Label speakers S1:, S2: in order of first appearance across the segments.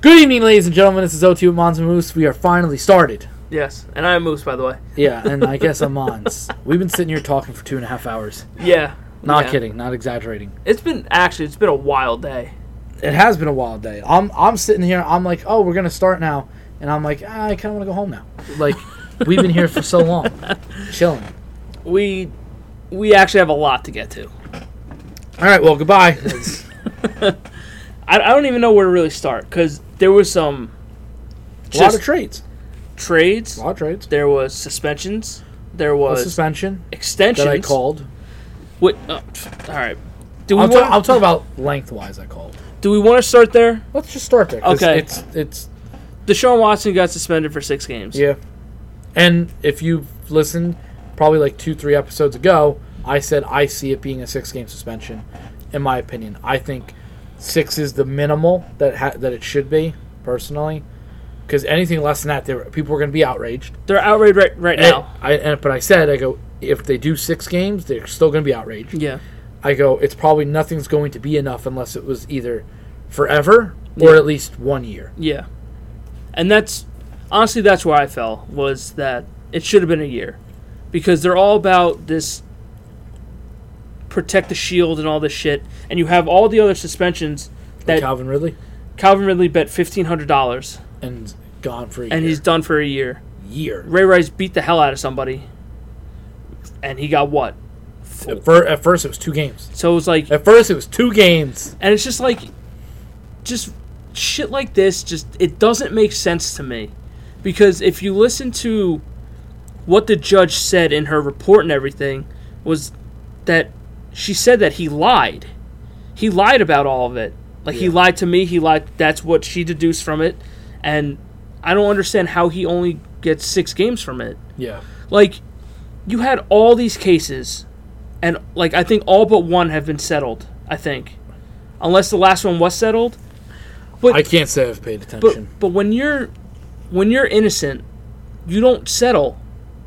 S1: Good evening, ladies and gentlemen. This is O2 Mons and Moose. We are finally started.
S2: Yes, and I am Moose, by the way.
S1: Yeah, and I guess I'm Mons. We've been sitting here talking for two and a half hours.
S2: Yeah.
S1: Not
S2: yeah.
S1: kidding, not exaggerating.
S2: It's been actually, it's been a wild day.
S1: It has been a wild day. I'm I'm sitting here. I'm like, oh, we're gonna start now, and I'm like, ah, I kind of want to go home now. Like, we've been here for so long, chilling.
S2: We we actually have a lot to get to.
S1: All right, well, goodbye.
S2: I, I don't even know where to really start because there was some
S1: a lot
S2: just
S1: of trades,
S2: trades.
S1: a lot of trades.
S2: There was suspensions. There
S1: A
S2: was
S1: suspension
S2: extensions.
S1: that I called.
S2: Wait, oh, pff, all right. Do we
S1: I'll, ta-
S2: want?
S1: I'll talk about lengthwise. I called.
S2: do we want to start there?
S1: Let's just start there. 'cause
S2: Okay.
S1: It's it's
S2: Deshaun Watson got suspended for six games.
S1: yeah, and if you listened, probably like two three episodes ago, I said I see it being a six game suspension. In my opinion, I think six is the minimal that ha- that it should be personally. Because anything less than that, they were, people were going to be outraged.
S2: They're outraged right, right
S1: And
S2: now.
S1: I, and, but I said, I go, if they do six games, they're still going to be outraged.
S2: Yeah.
S1: I go, it's probably nothing's going to be enough unless it was either forever or
S2: Yeah.
S1: at least one year.
S2: Yeah. And that's honestly that's where I fell was that it should have been a year because they're all about this protect the shield and all this shit and you have all the other suspensions
S1: Like
S2: that
S1: Calvin Ridley
S2: Calvin Ridley bet $1500
S1: and gone for a
S2: and
S1: year.
S2: he's done for a year.
S1: year.
S2: Ray Rice beat the hell out of somebody and he got what?
S1: At, fir- at first, it was two games.
S2: So it was like
S1: At first, it was two games.
S2: and it's just like just shit like this just it doesn't make sense to me because if you listen to what the judge said in her report and everything was that she said that he lied he lied about all of it like he
S1: Yeah.
S2: lied to me he lied that's what she deduced from it and i don't understand how he only gets 6 games from it
S1: Yeah.
S2: like you had all these cases and like i think all but one have been settled i think unless the last one was settled
S1: I can't say I've paid
S2: but
S1: attention.
S2: but when you're when you're innocent you don't settle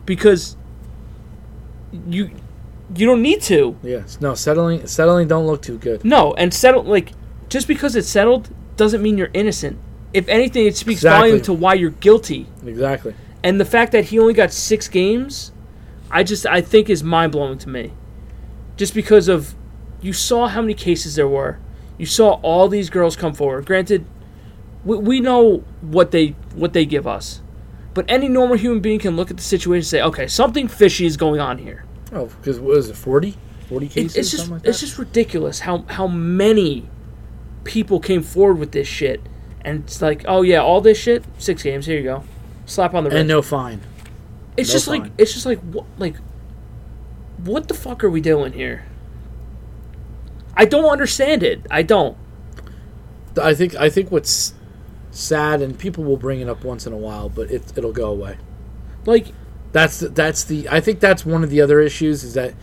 S2: because you you don't need to
S1: yes. No, settling settling don't look too good.
S2: no and settle like just because it's settled doesn't mean you're innocent if anything it speaks
S1: Exactly.
S2: volume to why you're guilty
S1: Exactly.
S2: and the fact that he only got six games, I just I think is mind blowing to me. Just because of you saw how many cases there were, you saw all these girls come forward. Granted, we, we know what they what they give us, but any normal human being can look at the situation and say, okay, something fishy is going on here.
S1: Oh, because what is it, 40? 40
S2: It-
S1: cases?
S2: it's just
S1: something like that?
S2: it's just ridiculous how how many people came forward with this shit, and it's like, oh yeah, all this shit, six games. Here you go, slap on the wrist.
S1: and no fine.
S2: It's
S1: No
S2: just like
S1: fine.
S2: it's just like what like what the fuck are we doing here? I don't understand it. I don't.
S1: I think I think what's sad, and people will bring it up once in a while, but it, it'll go away.
S2: Like
S1: That's the, that's the I think that's one of the other issues is that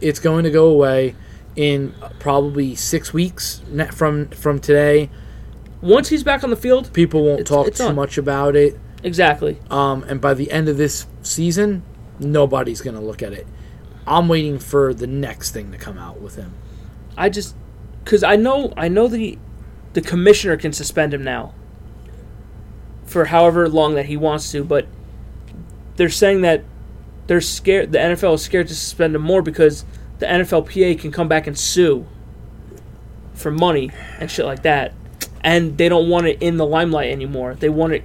S1: it's going to go away in probably six weeks ne- from from today.
S2: once he's back on the field,
S1: People won't
S2: It's-
S1: talk
S2: it's
S1: too
S2: on.
S1: much about it,
S2: exactly.
S1: um, and by the end of this season, nobody's going to look at it. I'm waiting for the next thing to come out with him.
S2: I just cuz I know I know the the commissioner can suspend him now for however long that he wants to, but they're saying that they're scared the NFL is scared to suspend him more because the NFLPA can come back and sue for money and shit like that. And they don't want it in the limelight anymore. They want it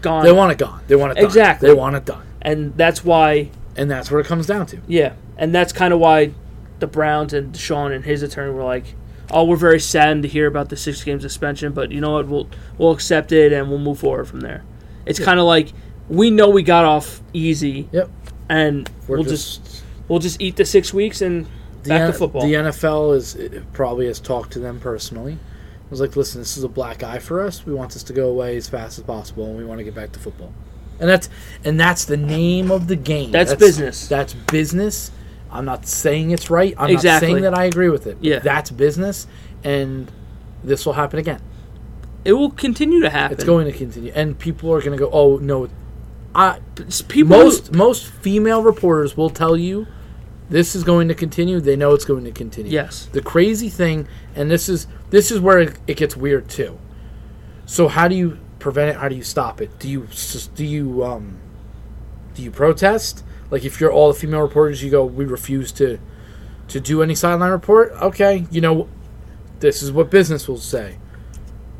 S2: gone.
S1: They want it gone. They want it done.
S2: Exactly.
S1: They want it done,
S2: and that's why
S1: and that's what it comes down to.
S2: yeah, and that's kind of why the Browns and Sean and his attorney were like, "Oh, we're very saddened to hear about the six game suspension, but you know what? We'll we'll accept it and we'll move forward from there." It's kind of like we know we got off easy,
S1: Yep.
S2: and
S1: We're
S2: we'll just, we'll just eat the six weeks and back
S1: N-
S2: to football.
S1: The NFL is it probably has talked to them personally. It was like, listen, this is a black eye for us. We want this to go away as fast as possible, and we want to get back to football. And that's and that's the name of the game.
S2: That's business.
S1: That's business. I'm not saying it's right. I'm
S2: Exactly.
S1: not saying that I agree with it. but
S2: Yeah.
S1: That's business, and this will happen again.
S2: it will continue to happen.
S1: It's going to continue, and people are going to go, oh no. I
S2: It's people who-
S1: most most female reporters will tell you this is going to continue. They know it's going to continue.
S2: Yes.
S1: The crazy thing, and this is this is where it, it gets weird too. So how do you prevent it? How do you stop it? Do you s- do you um, do you protest? Like if you're all the female reporters, you go, we refuse to to do any sideline report. Okay, you know, this is what business will say.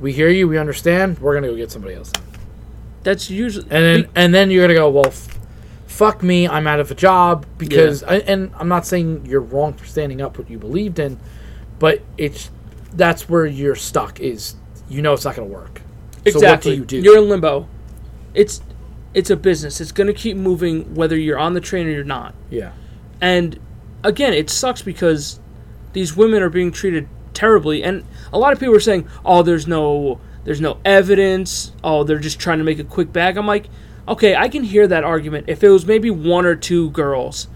S1: We hear you. We understand. We're gonna go get somebody else.
S2: That's usually
S1: And then and then you're gonna go, well, f- fuck me. I'm out of a job because. I, and I'm not saying you're wrong for standing up what you believed in, but it's that's where you're stuck. Is you know it's not gonna work. So what do
S2: exactly.
S1: you do?
S2: You're in limbo. It's it's a business. It's going to keep moving whether you're on the train or you're not.
S1: yeah.
S2: And again, it sucks because these women are being treated terribly. And a lot of people are saying, "Oh, there's no, there's no evidence. Oh, they're just trying to make a quick bag." I'm like, okay, I can hear that argument if it was maybe one or two girls,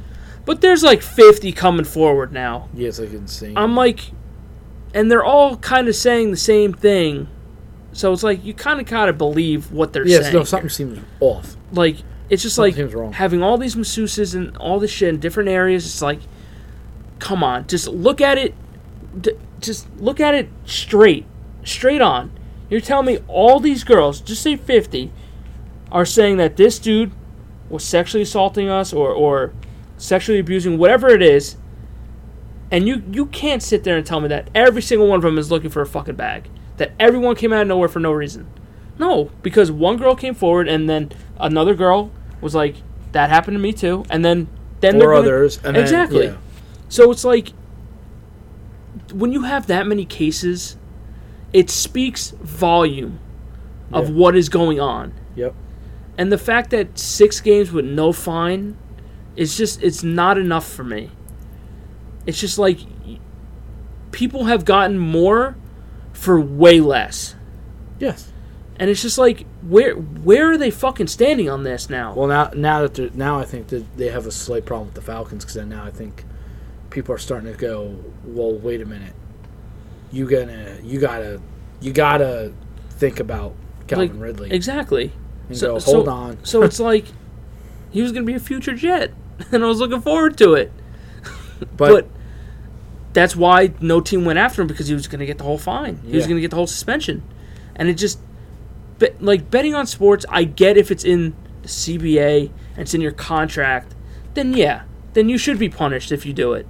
S2: but there's like 50 coming forward now.
S1: Yeah, it's like insane.
S2: I'm like, and they're all kind of saying the same thing. So it's like you kind of gotta believe what they're
S1: yes,
S2: saying.
S1: no, something seems off.
S2: like it's just like
S1: Something's wrong.
S2: having all these masseuses and all this shit in different areas. It's like, come on, just look at it, d- just look at it straight, straight on. You're telling me all these girls, just say fifty, are saying that this dude was sexually assaulting us or or sexually abusing whatever it is, and you you can't sit there and tell me that every single one of them is looking for a fucking bag. That everyone came out of nowhere for no reason. No, because one girl came forward and then another girl was like, "That happened to me too," and then then they're
S1: Or
S2: gonna-
S1: others, and then-
S2: exactly.
S1: yeah.
S2: So it's like when you have that many cases, it speaks volume of
S1: Yeah.
S2: what is going on,
S1: Yep.
S2: and the fact that six games with no fine is just it's not enough for me. It's just like y- people have gotten more for way less.
S1: Yes.
S2: And it's just like, where where are they fucking standing on this now?
S1: Well, now now that they're, now I think that they have a slight problem with the Falcons because now I think people are starting to go, well, wait a minute, you gonna you gotta you gotta think about Calvin
S2: Like,
S1: Ridley
S2: exactly.
S1: and go, hold
S2: so,
S1: on.
S2: so it's like, he was gonna be a future Jet, and I was looking forward to it. But,
S1: But,
S2: that's why no team went after him because he was gonna get the whole fine. He was
S1: Yeah.
S2: gonna get the whole suspension, and it just, but like betting on sports, I get if it's in the CBA and it's in your contract, then yeah, then you should be punished if you do it.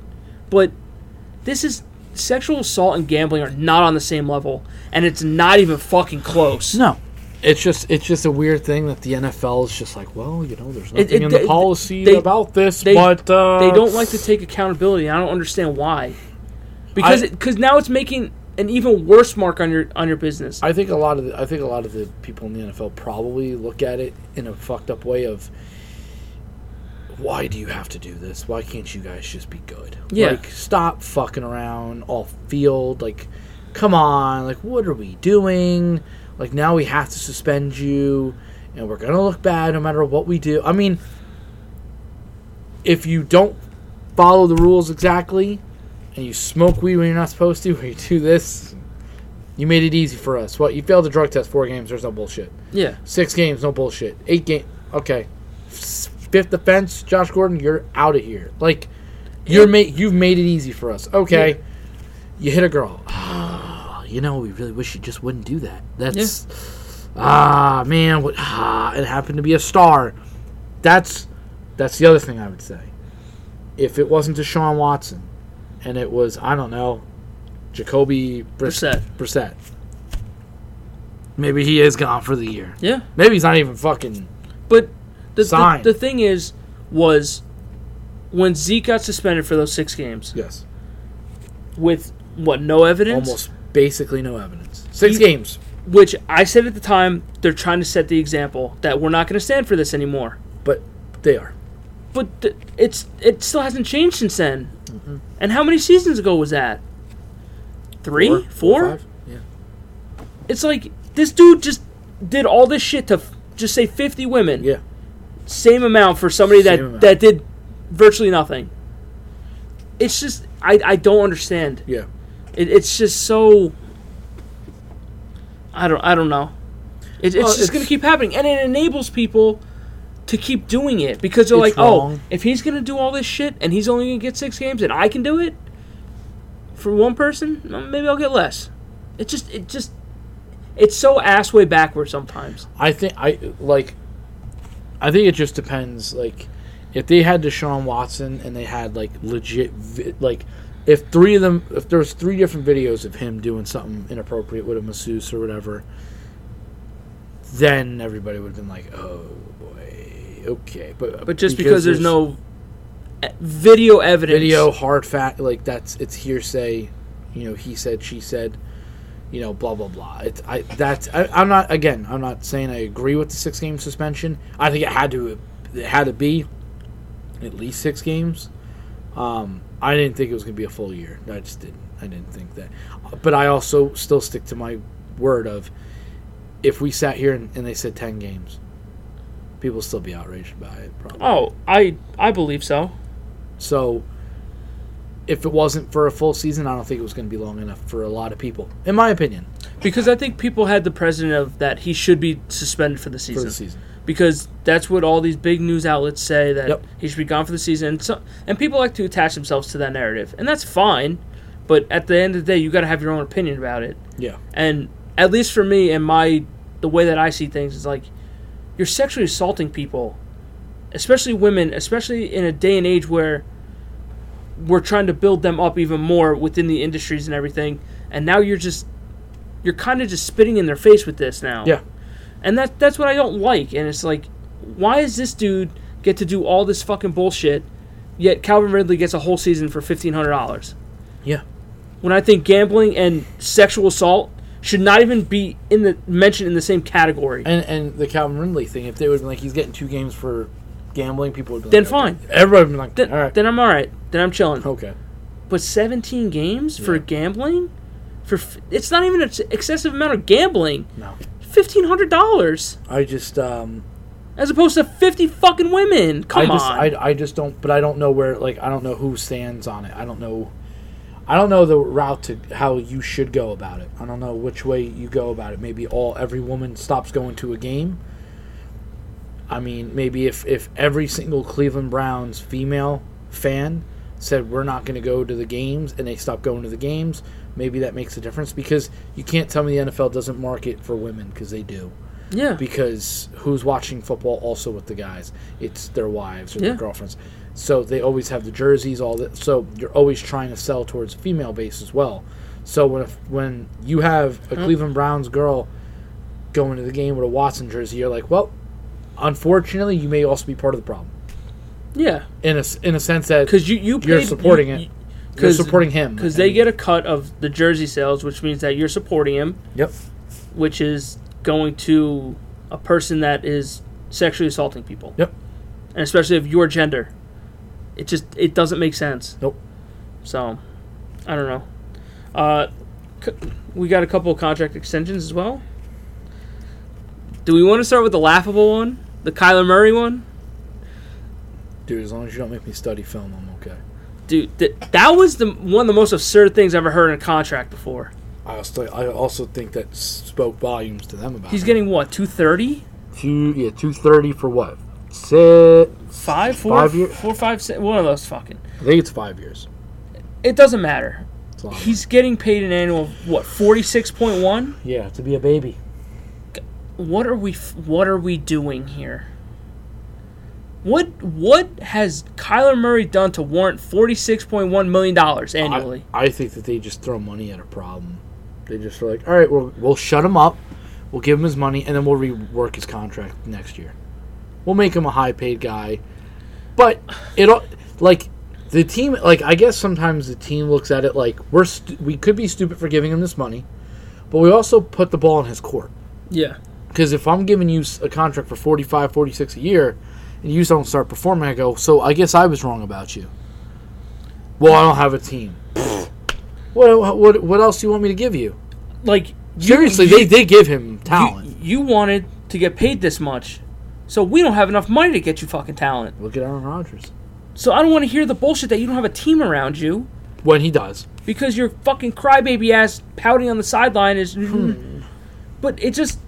S2: But this is sexual assault and gambling are not on the same level, and it's not even fucking close.
S1: no. It's just it's just a weird thing that the NFL is just like, well, you know, there's nothing
S2: it-
S1: in the
S2: they-
S1: policy
S2: they-
S1: about this,
S2: they-
S1: but uh,
S2: they don't like to take accountability. and I don't understand why. Because
S1: I-
S2: because now it's making an even worse mark on your on your business.
S1: I think a lot of the, I think a lot of the people in the NFL probably look at it in a fucked up way of why do you have to do this? Why can't you guys just be good?
S2: Yeah.
S1: Like stop fucking around off field. Like come on. Like what are we doing? Like now we have to suspend you and we're going to look bad no matter what we do. I mean if you don't follow the rules exactly and you smoke weed when you're not supposed to or you do this you made it easy for us. What you failed the drug test four games, there's no bullshit.
S2: yeah,
S1: Six games, no bullshit. Eight game, okay. S- Fifth offense, Josh Gordon, you're out of here. Like you're ma- you've made it easy for us. Okay, you hit a girl. Ah, you know we really wish you just wouldn't do that. That's ah man, what ah it happened to be a star. That's that's the other thing I would say. If it wasn't Deshaun Watson, and it was I don't know, Jacoby Bris-
S2: Brissett.
S1: Brissett. Maybe he is gone for the year.
S2: yeah.
S1: Maybe he's not even fucking.
S2: But the, the
S1: Sign.
S2: the thing is, was when Zeke got suspended for those six games
S1: Yes.
S2: with what no evidence,
S1: Almost basically no evidence. Six
S2: He-
S1: games.
S2: which I said at the time they're trying to set the example that we're not going to stand for this anymore.
S1: But they are.
S2: But th- it's it still hasn't changed since then.
S1: Mm-hmm.
S2: And how many seasons ago was that? Three,
S1: Four?
S2: four.
S1: Five? Yeah.
S2: It's like this dude just did all this shit to f- just say 50 women.
S1: Yeah.
S2: Same amount for somebody that
S1: Same amount.
S2: that did virtually nothing. It's just I I don't understand.
S1: Yeah.
S2: It, it's just so I don't I don't know. It, it's
S1: Well,
S2: just
S1: it's-
S2: going to keep happening and it enables people to keep doing it because they're
S1: It's
S2: like, "Oh,
S1: wrong.
S2: if he's going to do all this shit and he's only going to get 6 games and I can do it for one person, maybe I'll get less." It just it just It's so ass way backward sometimes.
S1: I think I like. I think it just depends. Like, if they had Deshaun Watson and they had like legit, vi- like, if three of them, if there's three different videos of him doing something inappropriate with a masseuse or whatever, then everybody would have been like, "Oh boy, okay." But
S2: But just because, there's, no e- video evidence,
S1: video hard fact like that's it's hearsay you know he said she said you know blah blah blah it's i that's I, i'm not again i'm not saying i agree with the six game suspension i think it had to it had to be at least six games um i didn't think it was gonna be a full year i just didn't i didn't think that but i also still stick to my word of if we sat here and, and they said 10 games people would still be outraged by it probably
S2: Oh, I I believe so.
S1: so if it wasn't for a full season, I don't think it was going to be long enough for a lot of people, in my opinion,
S2: Because I think people had the precedent of that he should be suspended for the
S1: for
S2: season.
S1: the season.
S2: Because that's what all these big news outlets say that
S1: Yep.
S2: he should be gone for the season. And, so, and people like to attach themselves to that narrative. And that's fine. But at the end of the day, you got to have your own opinion about it.
S1: Yeah.
S2: And at least for me and my the way that I see things is like you're sexually assaulting people, especially women, especially in a day and age where we're trying to build them up even more within the industries and everything. And now you're just you're kind of just spitting in their face with this now.
S1: Yeah.
S2: And that that's what I don't like. And it's like why does this dude get to do all this fucking bullshit yet Calvin Ridley gets a whole season for $1500?
S1: Yeah.
S2: when I think gambling and sexual assault should not even be in the mentioned in the same category.
S1: And and the Calvin Ridley thing, if they would have been like, he's getting two games for gambling, people would be
S2: Then
S1: like,
S2: fine.
S1: okay. Everybody would be like,
S2: Then,
S1: all right.
S2: then I'm all right. Then I'm chilling.
S1: okay.
S2: But 17 games for
S1: Yeah.
S2: gambling, for f- it's not even an ex- excessive amount of gambling.
S1: No.
S2: Fifteen hundred dollars
S1: I just, um,
S2: as opposed to 50 fucking women. Come
S1: I just,
S2: on.
S1: I, I just don't, but I don't know where, like, I don't know who stands on it. I don't know. I don't know the route to how you should go about it. I don't know which way you go about it. Maybe all every woman stops going to a game. I mean, maybe if if every single Cleveland Browns female fan said we're not going to go to the games and they stop going to the games, maybe that makes a difference because you can't tell me the NFL doesn't market for women because they do
S2: yeah.
S1: because who's watching football also with the guys? It's their wives or
S2: Yeah.
S1: their girlfriends. So they always have the jerseys, all that. So you're always trying to sell towards female base as well. So when if, when you have a Cleveland Browns girl going to the game with a Watson jersey, you're like, well, unfortunately, you may also be part of the problem
S2: yeah.
S1: in a s- in a sense that
S2: Because you you
S1: you're
S2: paid-
S1: supporting
S2: you- you-
S1: it. You're
S2: 'cause-
S1: supporting him
S2: Because they
S1: and-
S2: get a cut of the jersey sales, which means that you're supporting him.
S1: yep.
S2: which is going to a person that is sexually assaulting people.
S1: Yep.
S2: And especially of your gender. It just it doesn't make sense.
S1: Nope.
S2: So, I don't know. Uh, c- we got a couple of contract extensions as well. Do we want to start with the laughable one, the Kyler Murray one?
S1: Dude, as long as you don't make me study film, I'm okay.
S2: Dude, th- that was the one of the most absurd things I've ever heard in a contract before.
S1: I also I also think that spoke volumes to them about.
S2: He's
S1: it.
S2: getting what two thirty
S1: two yeah two thirty for what six
S2: five four
S1: Five year-
S2: four five six one of those fucking.
S1: I think it's five years.
S2: It doesn't matter.
S1: It's long.
S2: He's getting paid an annual of what forty six point one.
S1: yeah to be a baby.
S2: What are we? f- What are we doing here? What What has Kyler Murray done to warrant forty six point one million dollars annually?
S1: I, I think that they just throw money at a problem. They just are like, all right, we'll we'll shut him up, we'll give him his money, and then we'll rework his contract next year. We'll make him a high paid guy, but it all like the team like I guess sometimes the team looks at it like we're st- we could be stupid for giving him this money, but we also put the ball in his court.
S2: yeah,
S1: Because if I'm giving you s- a contract for 45, 46 a year, and you don't start performing, I go, so I guess I was wrong about you. Well, I don't have a team. what, what, what else do you want me to give you?
S2: like you-
S1: Seriously,
S2: you-
S1: they, they give him
S2: you,
S1: talent.
S2: you wanted to get paid this much, so we don't have enough money to get you fucking talent.
S1: Look at Aaron Rodgers.
S2: So I don't want to hear the bullshit that you don't have a team around you
S1: When he does.
S2: because your fucking crybaby ass pouting on the sideline is.
S1: Hmm.
S2: hmm. But it just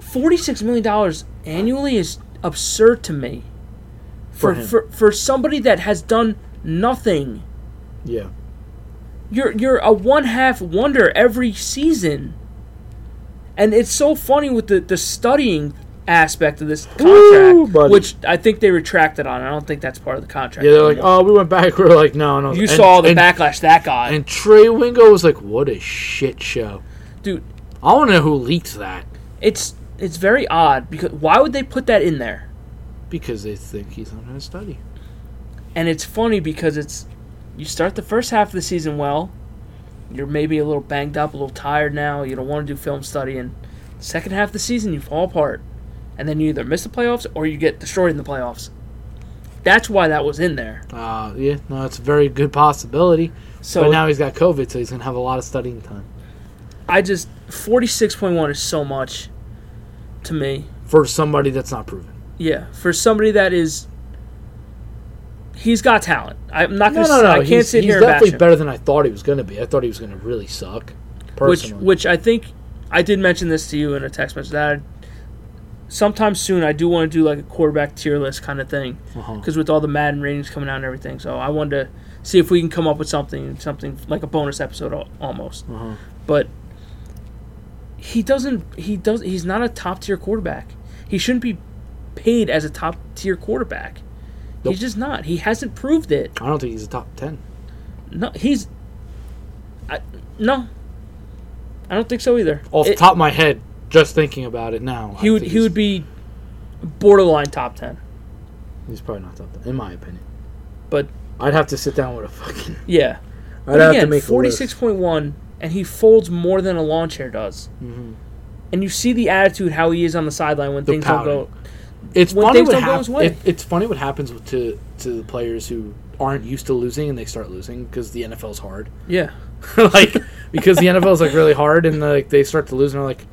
S2: forty-six million dollars annually is absurd to me. For
S1: For him.
S2: for, for somebody that has done nothing,
S1: Yeah.
S2: you're you're a one-half wonder every season, And it's so funny with the, the studying aspect of this contract,
S1: Woo, buddy.
S2: which I think they retracted on. I don't think that's part of the contract.
S1: Yeah, they're like,
S2: anymore.
S1: oh, we went back. We are like, no, no.
S2: you
S1: And-
S2: saw the
S1: and,
S2: backlash that got.
S1: And Trey Wingo was like, what a shit show.
S2: Dude,
S1: I want to know who leaked that
S2: it's it's very odd because why would they put that in there?
S1: because they think he's not going to study.
S2: And it's funny because it's you start the first half of the season well, you're maybe a little banged up, a little tired now, you don't want to do film study and second half of the season you fall apart. And then you either miss the playoffs or you get destroyed in the playoffs. That's why that was in there.
S1: Uh, yeah, no, it's a very good possibility.
S2: So
S1: but now he's got COVID, so he's going to have a lot of studying time.
S2: I just 46.1 is so much to me.
S1: For somebody that's not proven.
S2: Yeah, for somebody that is he's got talent. I'm not
S1: No,
S2: going to
S1: no, no.
S2: I can't
S1: he's,
S2: sit
S1: he's
S2: here and bash
S1: definitely
S2: him.
S1: better than I thought he was going to be. I thought he was going to really suck.
S2: which
S1: Personally.
S2: which I think I did mention this to you in a text message that I, sometime soon I do want to do like a quarterback tier list kind of thing
S1: uh-huh.
S2: because with all the Madden ratings coming out and everything, so I wanted to see if we can come up with something something like a bonus episode al- almost.
S1: Uh-huh.
S2: But he doesn't he does he's not a top tier quarterback. He shouldn't be paid as a top tier quarterback.
S1: Nope.
S2: He's just not. He hasn't proved it.
S1: I don't think he's a top 10.
S2: No, he's. I, no. I don't think so either.
S1: Off
S2: It-
S1: the top of my head, just thinking about it now.
S2: he would he would be borderline top ten.
S1: He's probably not top 10, in my opinion.
S2: But
S1: I'd have to sit down with a fucking.
S2: yeah,
S1: I'd
S2: but
S1: have to
S2: again,
S1: make
S2: forty six point one, and he folds more than a lawn chair does.
S1: Mm-hmm.
S2: And you see the attitude how he is on the sideline when
S1: The
S2: things
S1: pouting.
S2: don't go.
S1: It's
S2: when
S1: funny
S2: things
S1: what
S2: don't go
S1: hap-
S2: his way.
S1: it- It's funny what happens with- to to the players who aren't used to losing and they start losing because the NFL's hard.
S2: Yeah,
S1: like because the NFL's like really hard and like they start to lose and they're like,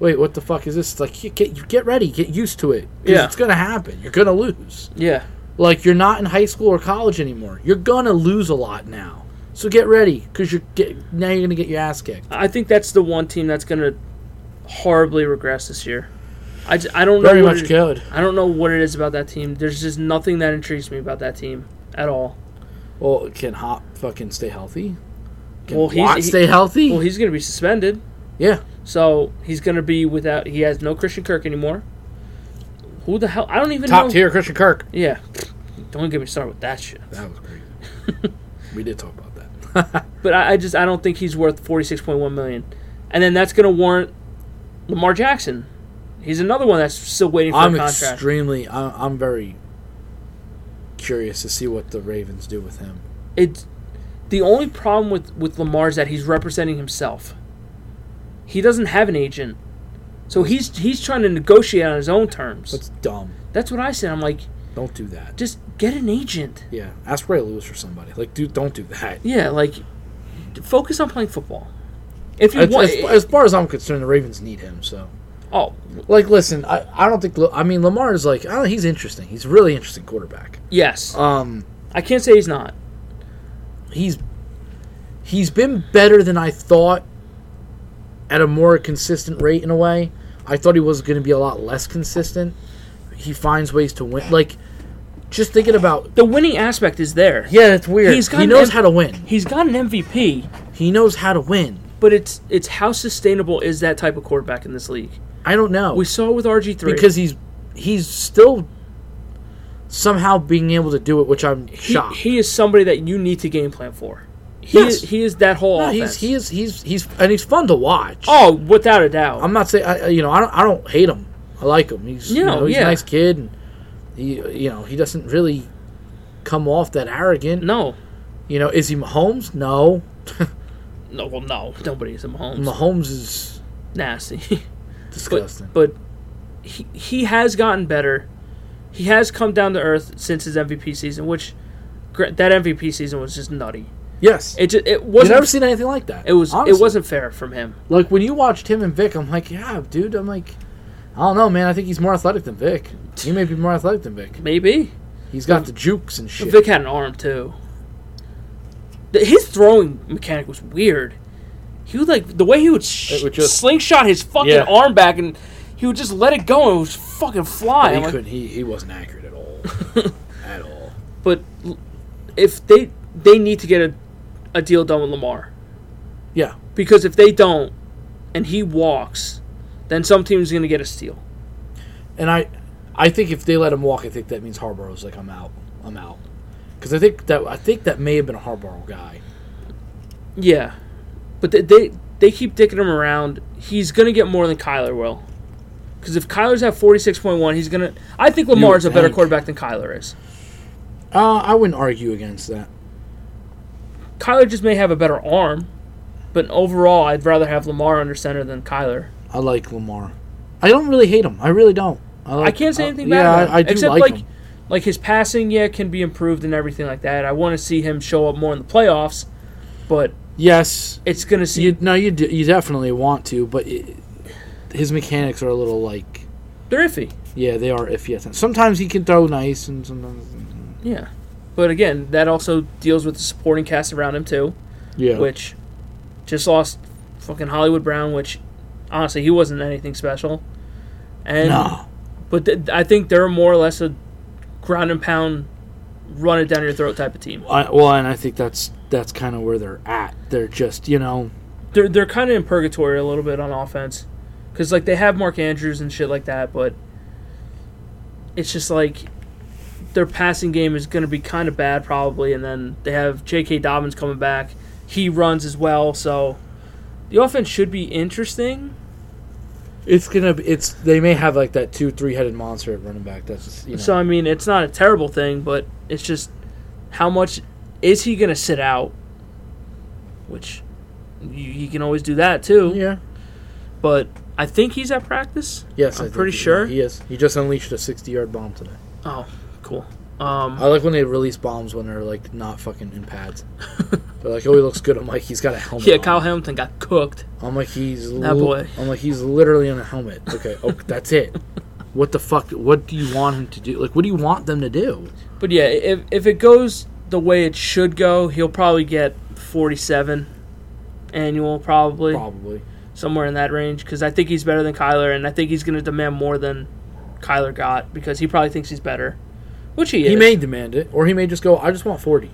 S1: wait, what the fuck is this? It's like you get you get ready, get used to it. 'Cause
S2: Yeah.
S1: it's gonna happen. You're gonna lose.
S2: yeah,
S1: Like you're not in high school or college anymore. You're gonna lose a lot now. So get ready because you're get now you're gonna get your ass kicked.
S2: I think that's the one team that's gonna horribly regress this year. I, j- I don't
S1: Very
S2: know what
S1: much
S2: it-
S1: good.
S2: I don't know what it is about that team. There's just nothing that intrigues me about that team at all.
S1: Well, can Hop fucking stay healthy? Can
S2: Well,
S1: well,
S2: he's- he-
S1: stay healthy?
S2: Well, he's gonna be suspended.
S1: yeah.
S2: So he's going to be without. He has no Christian Kirk anymore. Who the hell? I don't even
S1: Top
S2: know.
S1: tier Christian Kirk.
S2: Yeah. Don't get me started with that shit.
S1: That was crazy. we did talk about that.
S2: But I, I just I don't think he's worth forty six point one million. And then that's going to warrant Lamar Jackson. He's another one that's still waiting for
S1: I'm
S2: a contract.
S1: extremely. I'm, I'm very curious to see what the Ravens do with him.
S2: it's the only problem with with Lamar is that he's representing himself. He doesn't have an agent, so he's he's trying to negotiate on his own terms.
S1: That's dumb.
S2: that's what I said. I'm like,
S1: Don't do that.
S2: just get an agent.
S1: Yeah, ask Ray Lewis or somebody. Like, dude, don't do that.
S2: Yeah, like focus on playing football. If you
S1: As,
S2: want,
S1: as, as far as I'm concerned, the Ravens need him. So,
S2: oh
S1: like, listen, I, I don't think. La- I mean, Lamar is like, I don't, he's interesting. He's a really interesting quarterback.
S2: yes,
S1: Um,
S2: I can't say he's not.
S1: he's he's been better than I thought at a more consistent rate in a way. I thought he was going to be a lot less consistent. He finds ways to win. Like just thinking about
S2: The winning aspect is there.
S1: yeah, that's weird.
S2: He's got
S1: he
S2: an
S1: knows
S2: M-
S1: how to win.
S2: He's got an MVP,
S1: He knows how to win.
S2: but it's it's how sustainable is that type of quarterback in this league?
S1: I don't know
S2: We saw it with RG three
S1: because he's he's still somehow being able to do it, which I'm
S2: he,
S1: shocked.
S2: he is somebody that you need to game plan for. He
S1: Yes.
S2: is, he is that whole
S1: No,
S2: offense.
S1: he's he is he's he's and he's fun to watch.
S2: oh, without a doubt.
S1: I'm not saying I, I- you know I don't I don't hate him. I like him. He's you
S2: No,
S1: know, he's
S2: yeah.
S1: a nice kid, and he you know he doesn't really come off that arrogant.
S2: no,
S1: You know, is he Mahomes? No,
S2: no, well, no, nobody is a Mahomes.
S1: Mahomes is
S2: Nasty.
S1: disgusting.
S2: But, but he he has gotten better. He has come down to earth since his MVP season, which gra- that MVP season was just nutty.
S1: yes,
S2: It just, it
S1: you've
S2: wasn't
S1: never seen anything like that.
S2: it was
S1: honestly.
S2: it wasn't fair from him.
S1: like when you watched him and Vic. I'm like, yeah, dude. I'm like, I don't know, man. I think he's more athletic than Vic. He may be more athletic than Vic.
S2: Maybe
S1: He's got the jukes and shit.
S2: Vic had an arm too. Th- His throwing mechanic was weird. He would like the way he would, sh-
S1: It would just-
S2: slingshot his fucking
S1: Yeah.
S2: arm back, and he would just let it go, and it was fucking fly.
S1: he
S2: I'm like,
S1: couldn't. He, he wasn't accurate at all. at all.
S2: but l- if they they need to get a, a deal done with Lamar,
S1: Yeah.
S2: Because if they don't, and he walks, then some team's going to get a steal.
S1: And I, I think if they let him walk, I think that means Harbaugh's like I'm out, I'm out, because I think that I think that may have been a Harbaugh guy.
S2: Yeah, but they they, they keep dicking him around. He's going to get more than Kyler will. Because if Kyler's at forty six point one, he's gonna. I think Lamar's a better
S1: think.
S2: quarterback than Kyler is.
S1: Uh, I wouldn't argue against that.
S2: Kyler just may have a better arm, but overall, I'd rather have Lamar under center than Kyler.
S1: I like Lamar. I don't really hate him. I really don't.
S2: I
S1: like-
S2: can't say anything
S1: I,
S2: bad.
S1: Yeah,
S2: about him,
S1: I, I do
S2: except
S1: like,
S2: like,
S1: him.
S2: like his passing, yeah, can be improved and everything like that. I want to see him show up more in the playoffs, but
S1: Yes,
S2: it's gonna see.
S1: you no, you do, you definitely want to, but it, his mechanics are a little like
S2: they're iffy.
S1: yeah, they are iffy. at times. Sometimes he can throw nice, and sometimes
S2: Yeah, but again, that also deals with the supporting cast around him too,
S1: yeah.
S2: which just lost fucking Hollywood Brown, which honestly he wasn't anything special. And
S1: no,
S2: but th- I think they're more or less a ground and pound, run it down your throat type of team.
S1: I, well, and I think that's that's kind of where they're at. They're just you know
S2: they're they're kind of in purgatory a little bit on offense, because like they have Mark Andrews and shit like that, but it's just like their passing game is going to be kind of bad probably, and then they have J.K. Dobbins coming back. He runs as well, so the offense should be interesting.
S1: it's gonna be, it's they may have like that two three headed monster at running back. That's just, you know.
S2: So I mean, it's not a terrible thing, but it's just how much is he going to sit out? Which you, you can always do that too,
S1: yeah.
S2: but I think he's at practice.
S1: Yes,
S2: I'm
S1: I think
S2: pretty
S1: he-
S2: sure.
S1: he is. He just unleashed a sixty-yard bomb today.
S2: Oh, cool. Um,
S1: I like when they release bombs when they're like not fucking in pads. they're like, oh, he looks good. I'm like, he's got a helmet.
S2: yeah,
S1: on.
S2: Kyle Hamilton got cooked.
S1: I'm like, he's
S2: That
S1: li-
S2: boy.
S1: I'm like, he's literally in a helmet. Okay, oh, that's it. What the fuck? What do you want him to do? Like, what do you want them to do?
S2: But yeah, if if it goes the way it should go, he'll probably get 47 annual, probably
S1: Probably.
S2: somewhere in that range. Because I think he's better than Kyler, and I think he's going to demand more than Kyler got because he probably thinks he's better, which he is.
S1: He may demand it, or he may just go. I just want forty,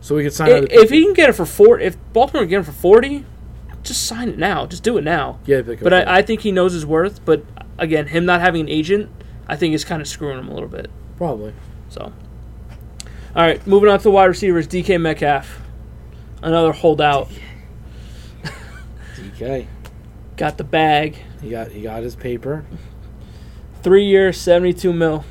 S1: so we could sign.
S2: if,
S1: other
S2: if
S1: people.
S2: he can get it for four, if Baltimore can get him for 40, just sign it now. Just do it now.
S1: yeah, pick
S2: But I, I think he knows his worth. But again, him not having an agent, I think is kind of screwing him a little bit.
S1: probably.
S2: So, all right, moving on to the wide receivers, DK Metcalf, another holdout,
S1: DK,
S2: got the bag,
S1: he got he got his paper.
S2: three years, seventy-two mil,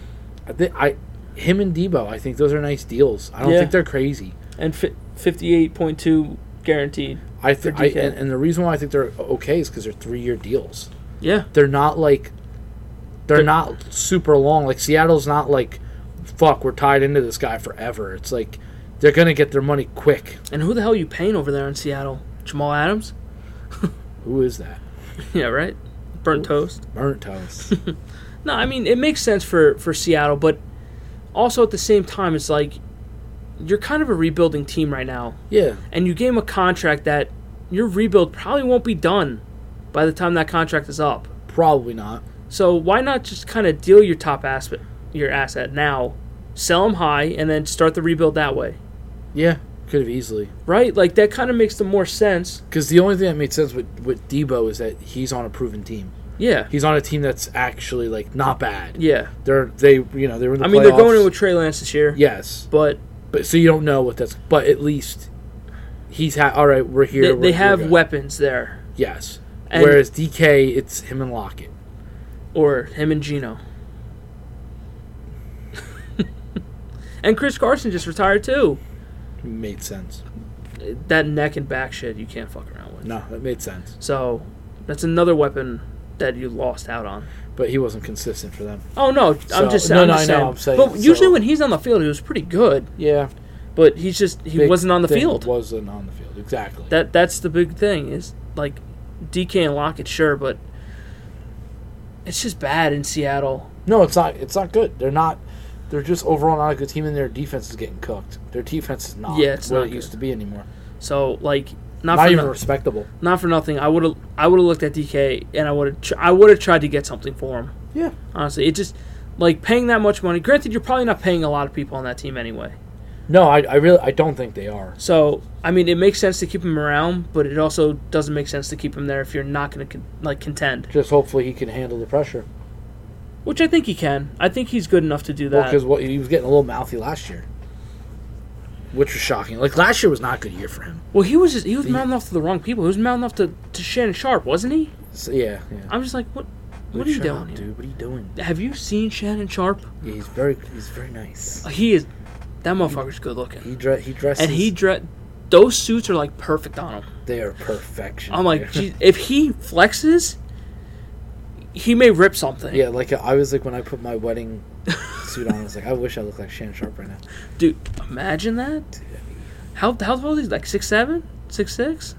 S1: I think I, him and Debo. I think those are nice deals. I don't
S2: Yeah.
S1: think they're crazy.
S2: and fi- fifty-eight point two guaranteed.
S1: I think,
S2: For DK.
S1: and, and the reason why I think they're okay is because they're three year deals.
S2: Yeah,
S1: They're not like, they're,
S2: They're-
S1: not super long. Like Seattle's not like, fuck, we're tied into this guy forever. It's like, they're gonna get their money quick.
S2: and who the hell are you paying over there in Seattle? Jamal Adams?
S1: Who is that?
S2: yeah, right. Burnt toast.
S1: Burnt toast.
S2: No, I mean it makes sense for for Seattle, but also at the same time, it's like you're kind of a rebuilding team right now.
S1: yeah,
S2: and you gave him a contract that your rebuild probably won't be done by the time that contract is up.
S1: probably not.
S2: So why not just kind of deal your top asset, your asset now, sell him high, and then start the rebuild that way,
S1: Yeah, could have easily.
S2: right? Like that kind of makes the more sense.
S1: Because the only thing that made sense with with Debo is that he's on a proven team.
S2: Yeah,
S1: He's on a team that's actually like not bad.
S2: yeah.
S1: They're they you know they were in the
S2: I mean, they're going in
S1: playoffs.
S2: with Trey Lance this year,
S1: yes,
S2: but
S1: but so you don't know what that's but at least he's ha- all right. We're here.
S2: they,
S1: we're-
S2: they
S1: we're
S2: have
S1: good.
S2: weapons there,
S1: Yes.
S2: And-
S1: Whereas DK, it's him and Lockett.
S2: or him and Gino. and Chris Carson just retired too.
S1: Made sense.
S2: That neck and back shit you can't fuck around with.
S1: No, that made sense.
S2: So that's another weapon that you lost out on.
S1: But he wasn't consistent for them.
S2: Oh no,
S1: So-
S2: I'm just
S1: no,
S2: I'm
S1: no,
S2: just
S1: I know,
S2: saying.
S1: I'm saying,
S2: but usually
S1: so-
S2: when he's on the field, he was pretty good.
S1: Yeah.
S2: But he's just he wasn't on the field.
S1: Wasn't on the field. Exactly.
S2: That that's the big thing is like DK and Lockett, sure, but it's just bad in Seattle.
S1: no, it's not. It's not good. They're not. They're just overall not a good team, and their defense is getting cooked. Their defense is not
S2: Yeah, it's
S1: what
S2: not
S1: it
S2: good.
S1: used to be anymore.
S2: So like not,
S1: Not,
S2: for
S1: even
S2: no-
S1: respectable.
S2: not for nothing. I would have I would have looked at DK and I would have tr- I would have tried to get something for him.
S1: Yeah.
S2: Honestly, it just like paying that much money. Granted, you're probably not paying a lot of people on that team anyway,
S1: No, I, I really I don't think they are.
S2: So I mean, it makes sense to keep him around, but it also doesn't make sense to keep him there if you're not going to con- like contend,
S1: Just hopefully he can handle the pressure.
S2: which I think he can. I think he's good enough to do that.
S1: Because what he was getting a little mouthy last year, which was shocking. Like last year was not a good year for him.
S2: well, he was just, he was mouthing off to the wrong people. He was mouthing off to, to Shannon Sharp, wasn't he?
S1: So, yeah, yeah.
S2: I'm just like, what Uh, what are you
S1: Shut
S2: doing,
S1: up,
S2: here?
S1: dude? What are you doing?
S2: Have you seen Shannon Sharp?
S1: Yeah, he's very he's very nice.
S2: He is that motherfucker's good looking,
S1: He dre- he dresses
S2: and he dre- those suits are like perfect on him.
S1: they are perfection.
S2: I'm like,
S1: dude.
S2: geez, if he flexes, he may rip something.
S1: yeah, like I was like when I put my wedding suit on, I was like, I wish I looked like Shannon Sharp right now.
S2: Dude, imagine that. How how old is he? Like six seven, six six?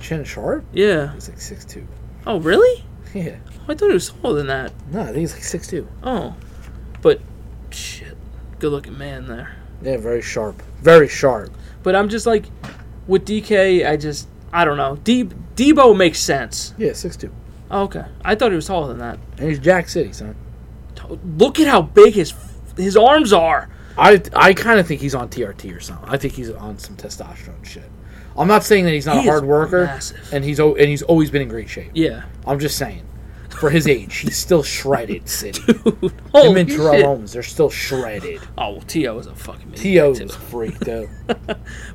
S1: Shannon Sharp?
S2: Yeah.
S1: He's like six two.
S2: Oh really?
S1: Yeah.
S2: I thought he was taller than that.
S1: No, I think he's like six two.
S2: Oh, but shit, good looking man there.
S1: Yeah, very sharp. Very sharp.
S2: But I'm just like, with DK, I just I don't know. De- Debo makes sense.
S1: Yeah, six two.
S2: Oh, okay, I thought he was taller than that.
S1: And he's Jack City, son.
S2: To- Look at how big his his arms are.
S1: I I kind of think he's on TRT or something. I think he's on some testosterone shit. I'm not saying that he's not
S2: He
S1: a
S2: is
S1: hard worker,
S2: massive.
S1: and he's al- and he's always been in great shape.
S2: Yeah.
S1: I'm just saying, for his age, he's still shredded. City, him
S2: Holy
S1: and Terrell
S2: Oh, shit.
S1: Owens, they're still shredded.
S2: Oh, well, T.O. is a fucking maniac,
S1: T.O.'s
S2: too.
S1: a freak though.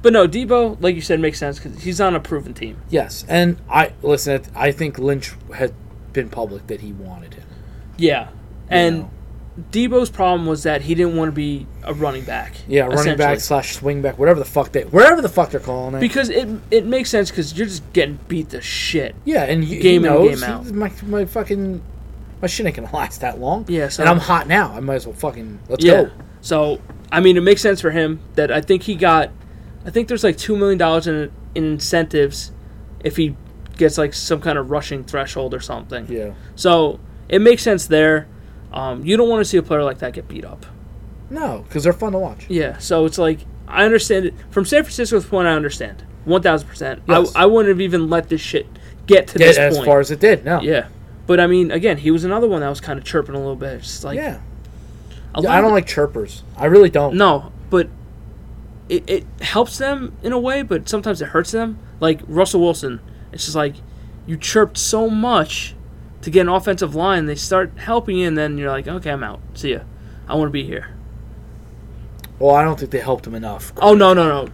S2: But no, Debo, like you said, makes sense because he's on a proven team.
S1: Yes, and I listen. I think Lynch had been public that he wanted him.
S2: Yeah. And
S1: know.
S2: Debo's problem was that he didn't want to be a running back.
S1: Yeah, running back
S2: essentially.
S1: slash swing back, whatever the fuck they, wherever the fuck they're calling it.
S2: Because it it makes sense because you're just getting beat to shit.
S1: yeah, and you,
S2: game
S1: he
S2: in,
S1: knows,
S2: game out.
S1: My, my fucking my shit ain't gonna last that long.
S2: Yeah, so-
S1: and I'm hot now. I might as well fucking let's
S2: Yeah.
S1: go.
S2: So I mean, it makes sense for him that I think he got, I think there's like two million dollars in, in incentives if he gets like some kind of rushing threshold or something.
S1: Yeah,
S2: So it makes sense there. Um, you don't want to see a player like that get beat up.
S1: no, because they're fun to watch.
S2: Yeah, so it's like I understand it from San Francisco's point. I understand one thousand percent.
S1: Yes.
S2: I I wouldn't have even let this shit get to
S1: Yeah,
S2: this
S1: as
S2: point.
S1: far as it did, no.
S2: yeah, but I mean, again, he was another one that was kind of chirping a little bit. It's just like
S1: yeah.
S2: a
S1: Yeah,
S2: lot
S1: I
S2: of-
S1: don't like chirpers. I really don't.
S2: no, but it it helps them in a way, but sometimes it hurts them. Like Russell Wilson, it's just like you chirped so much to get an offensive line, they start helping you, and then you're like, okay, I'm out. See ya. I want to be here.
S1: Well, I don't think they helped him enough.
S2: Oh no no no!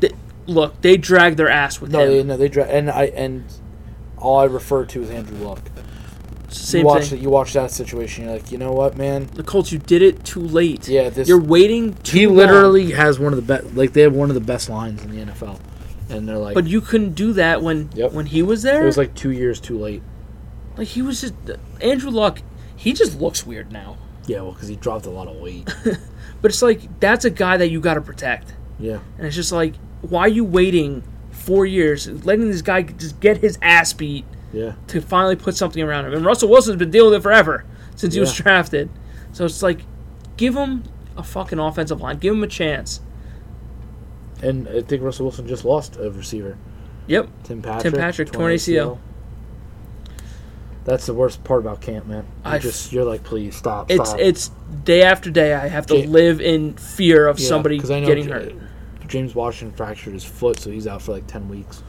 S2: They, look, they dragged their ass with
S1: No,
S2: him.
S1: they, no, they dra- and I and all I refer to is Andrew Luck.
S2: Same
S1: you watch
S2: thing.
S1: that. You watch that situation. You're like, you know what, man?
S2: The Colts, you did it too late.
S1: Yeah, this-
S2: You're waiting too
S1: He
S2: long,
S1: literally has one of the best. Like they have one of the best lines in the NFL, and they're like,
S2: But you couldn't do that when
S1: Yep.
S2: when he was there.
S1: it was like two years too late.
S2: Like, he was just Andrew Luck. He just looks weird now.
S1: Yeah, well, because he dropped a lot of weight.
S2: But it's like that's a guy that you got to protect,
S1: yeah,
S2: and it's just like why are you waiting four years, letting this guy just get his ass beat
S1: yeah.
S2: to finally put something around him? And Russell Wilson's been dealing with it forever since he was
S1: Yeah.
S2: drafted. So it's like give him a fucking offensive line, give him a chance.
S1: And I think Russell Wilson just lost a receiver,
S2: Yep.
S1: Tim Patrick.
S2: Patrick,
S1: torn
S2: torn ACL.
S1: That's the worst part about camp, man. You
S2: I f-
S1: just you're like, please stop.
S2: It's
S1: stop.
S2: it's day after day. I have to
S1: Yeah.
S2: live in fear of
S1: Yeah,
S2: somebody
S1: 'cause I know
S2: getting
S1: J-
S2: hurt.
S1: James Washington fractured his foot, so he's out for like ten weeks.